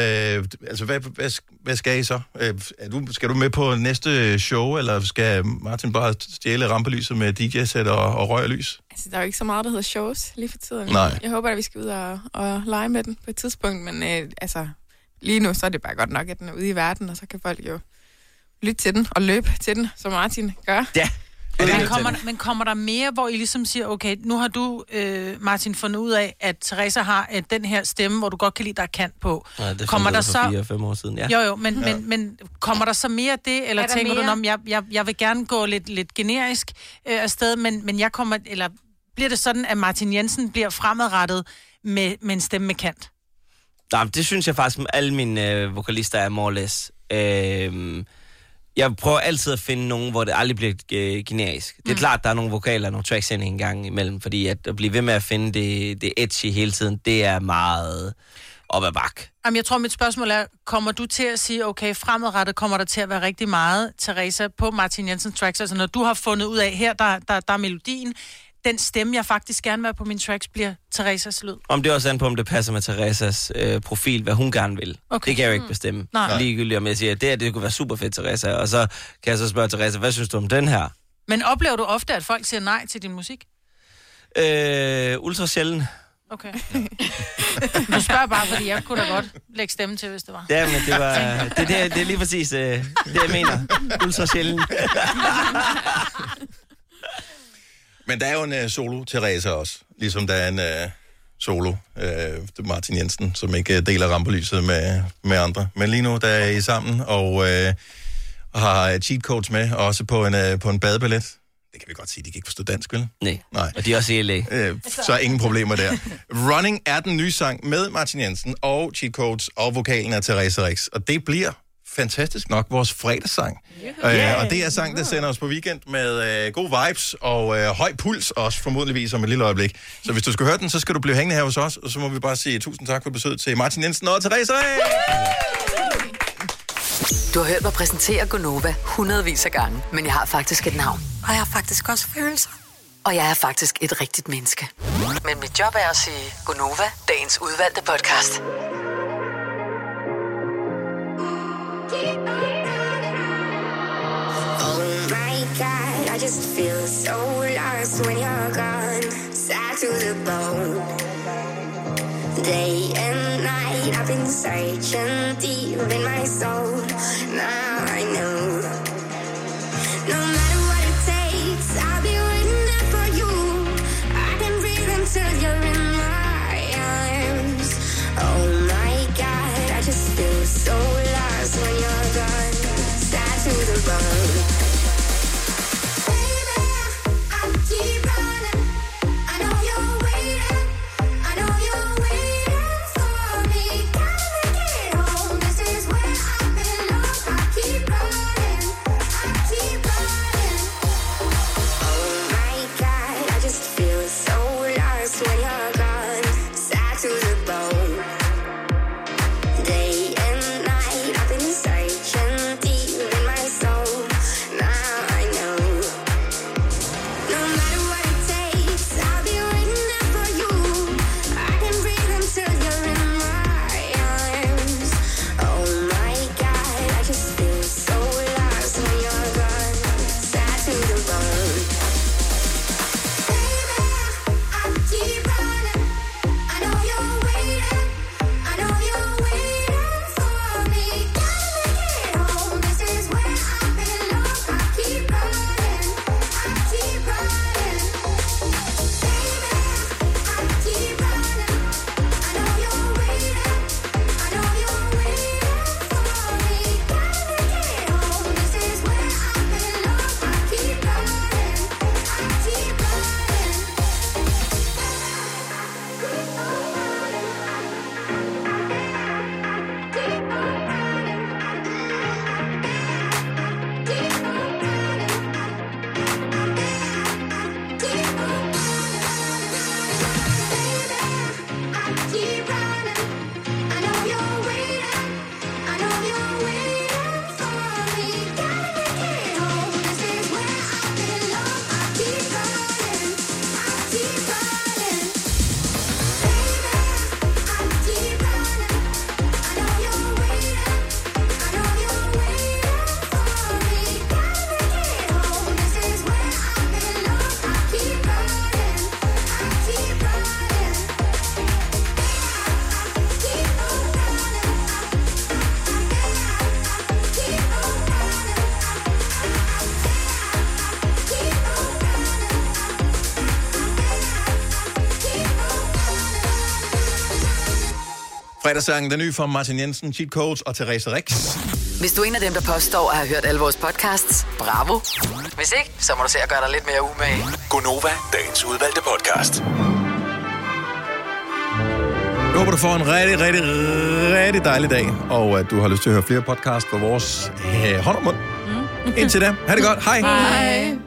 [SPEAKER 1] altså, hvad, hvad, sk- hvad skal I så? Øh, er du, skal du med på næste show, eller skal Martin bare stjæle rampelyset med DJ-sæt og, og røg og lys?
[SPEAKER 21] Altså, der er jo ikke så meget, der hedder shows lige for tiden.
[SPEAKER 1] Nej.
[SPEAKER 21] Jeg håber, at vi skal ud og, og lege med den på et tidspunkt, men øh, altså, lige nu så er det bare godt nok, at den er ude i verden, og så kan folk jo lytte til den og løbe til den, som Martin gør.
[SPEAKER 11] Ja.
[SPEAKER 2] Men kommer, der- men kommer der mere, hvor I ligesom siger, okay, nu har du, øh, Martin, fundet ud af, at Teresa har øh, den her stemme, hvor du godt kan lide, der er kant på.
[SPEAKER 11] Nej, det
[SPEAKER 2] kommer
[SPEAKER 11] fandt
[SPEAKER 2] der
[SPEAKER 11] jeg ud af for
[SPEAKER 2] så...
[SPEAKER 11] fire, fem år siden, ja.
[SPEAKER 2] Jo, jo, men, ja. men, men kommer der så mere af det, eller
[SPEAKER 3] Er der
[SPEAKER 2] tænker mere?
[SPEAKER 3] mere?
[SPEAKER 2] du, om jeg, jeg, jeg vil gerne gå lidt, lidt generisk øh, afsted, men, men jeg kommer, eller bliver det sådan, at Martin Jensen bliver fremadrettet med, med en stemme med kant?
[SPEAKER 11] Nej, men det synes jeg faktisk, at alle mine øh, vokalister er more or less. Øh, jeg prøver altid at finde nogen, hvor det aldrig bliver øh, generisk. Det er mm. klart, der er nogle vokaler og nogle tracks ind en gang imellem, fordi at, at blive ved med at finde det, det edgy hele tiden, det er meget op ad bak.
[SPEAKER 2] Jamen, jeg tror, mit spørgsmål er, kommer du til at sige, okay, fremadrettet kommer der til at være rigtig meget, Teresa, på Martin Jensen tracks? Altså, når du har fundet ud af, her der, der, der er melodien, den stemme, jeg faktisk gerne vil have på mine tracks, bliver Teresas lyd.
[SPEAKER 11] Om det er også an på, om det passer med Teresas øh, profil, hvad hun gerne vil.
[SPEAKER 2] Okay. Mm.
[SPEAKER 11] Det kan jeg jo ikke bestemme.
[SPEAKER 2] Nej.
[SPEAKER 11] Ligegyldigt om jeg siger, at det her det kunne være super fedt, Teresa. Og så kan jeg så spørge Teresa, hvad synes du om den her?
[SPEAKER 2] Men oplever du ofte, at folk siger nej til din musik?
[SPEAKER 11] Øh, ultra sjældent.
[SPEAKER 2] Okay. du spørger bare, fordi jeg kunne da godt lægge stemme til, hvis det var.
[SPEAKER 11] Ja, men det var... Det, det, er- det er lige præcis øh, det, jeg mener. Ultra sjældent.
[SPEAKER 1] Men der er jo en øh, solo Teresa også, ligesom der er en øh, solo øh, Martin Jensen, som ikke øh, deler rampelyset med, med andre. Men lige nu, der er I sammen og øh, har øh, cheat codes med, også på en, øh, på en badebillet. Det kan vi godt sige, de kan ikke forstå dansk, vel?
[SPEAKER 11] Nej,
[SPEAKER 1] Nej.
[SPEAKER 11] og de er også i LA.
[SPEAKER 1] Øh, så er ingen problemer der. Running er den nye sang med Martin Jensen og cheat codes og vokalen af Teresa Rix. Og det bliver fantastisk nok vores fredagssang. Yeah. Øh, og det er sang, der sender os på weekend med øh, gode vibes og øh, høj puls også, formodentligvis om et lille øjeblik. Så hvis du skal høre den, så skal du blive hængende her hos os, og så må vi bare sige tusind tak for besøget til Martin Jensen og Teresa Rix.
[SPEAKER 5] Du har hørt mig præsentere Gonova hundredvis af gange, men jeg har faktisk et navn. Og jeg har faktisk også følelser. Og jeg er faktisk et rigtigt menneske. Men mit job er at sige Gonova, dagens udvalgte podcast.
[SPEAKER 7] Oh my god, I just feel so lost when you're gone. Sad to the bone. Day and night, I've been searching deep in my soul. Now I know. No matter what it takes, I'll be waiting there for you. I can breathe until you're in my arms. Oh my god, I just feel so lost when you're gone. Sad to the bone. Keep Oh Oh
[SPEAKER 1] Fredagssangen, den nye fra Martin Jensen, Cheat Codes og Therese Rix.
[SPEAKER 5] Hvis du er en af dem, der påstår at have hørt alle vores podcasts, bravo. Hvis ikke, så må du se at gøre dig lidt mere umage.
[SPEAKER 8] Gonova, dagens udvalgte podcast.
[SPEAKER 1] Jeg håber, du får en rigtig, rigtig, rigtig dejlig dag, og at du har lyst til at høre flere podcasts på vores øh, hånd og mund. Mm. Indtil da, ha' det godt. Hej.
[SPEAKER 7] Hej.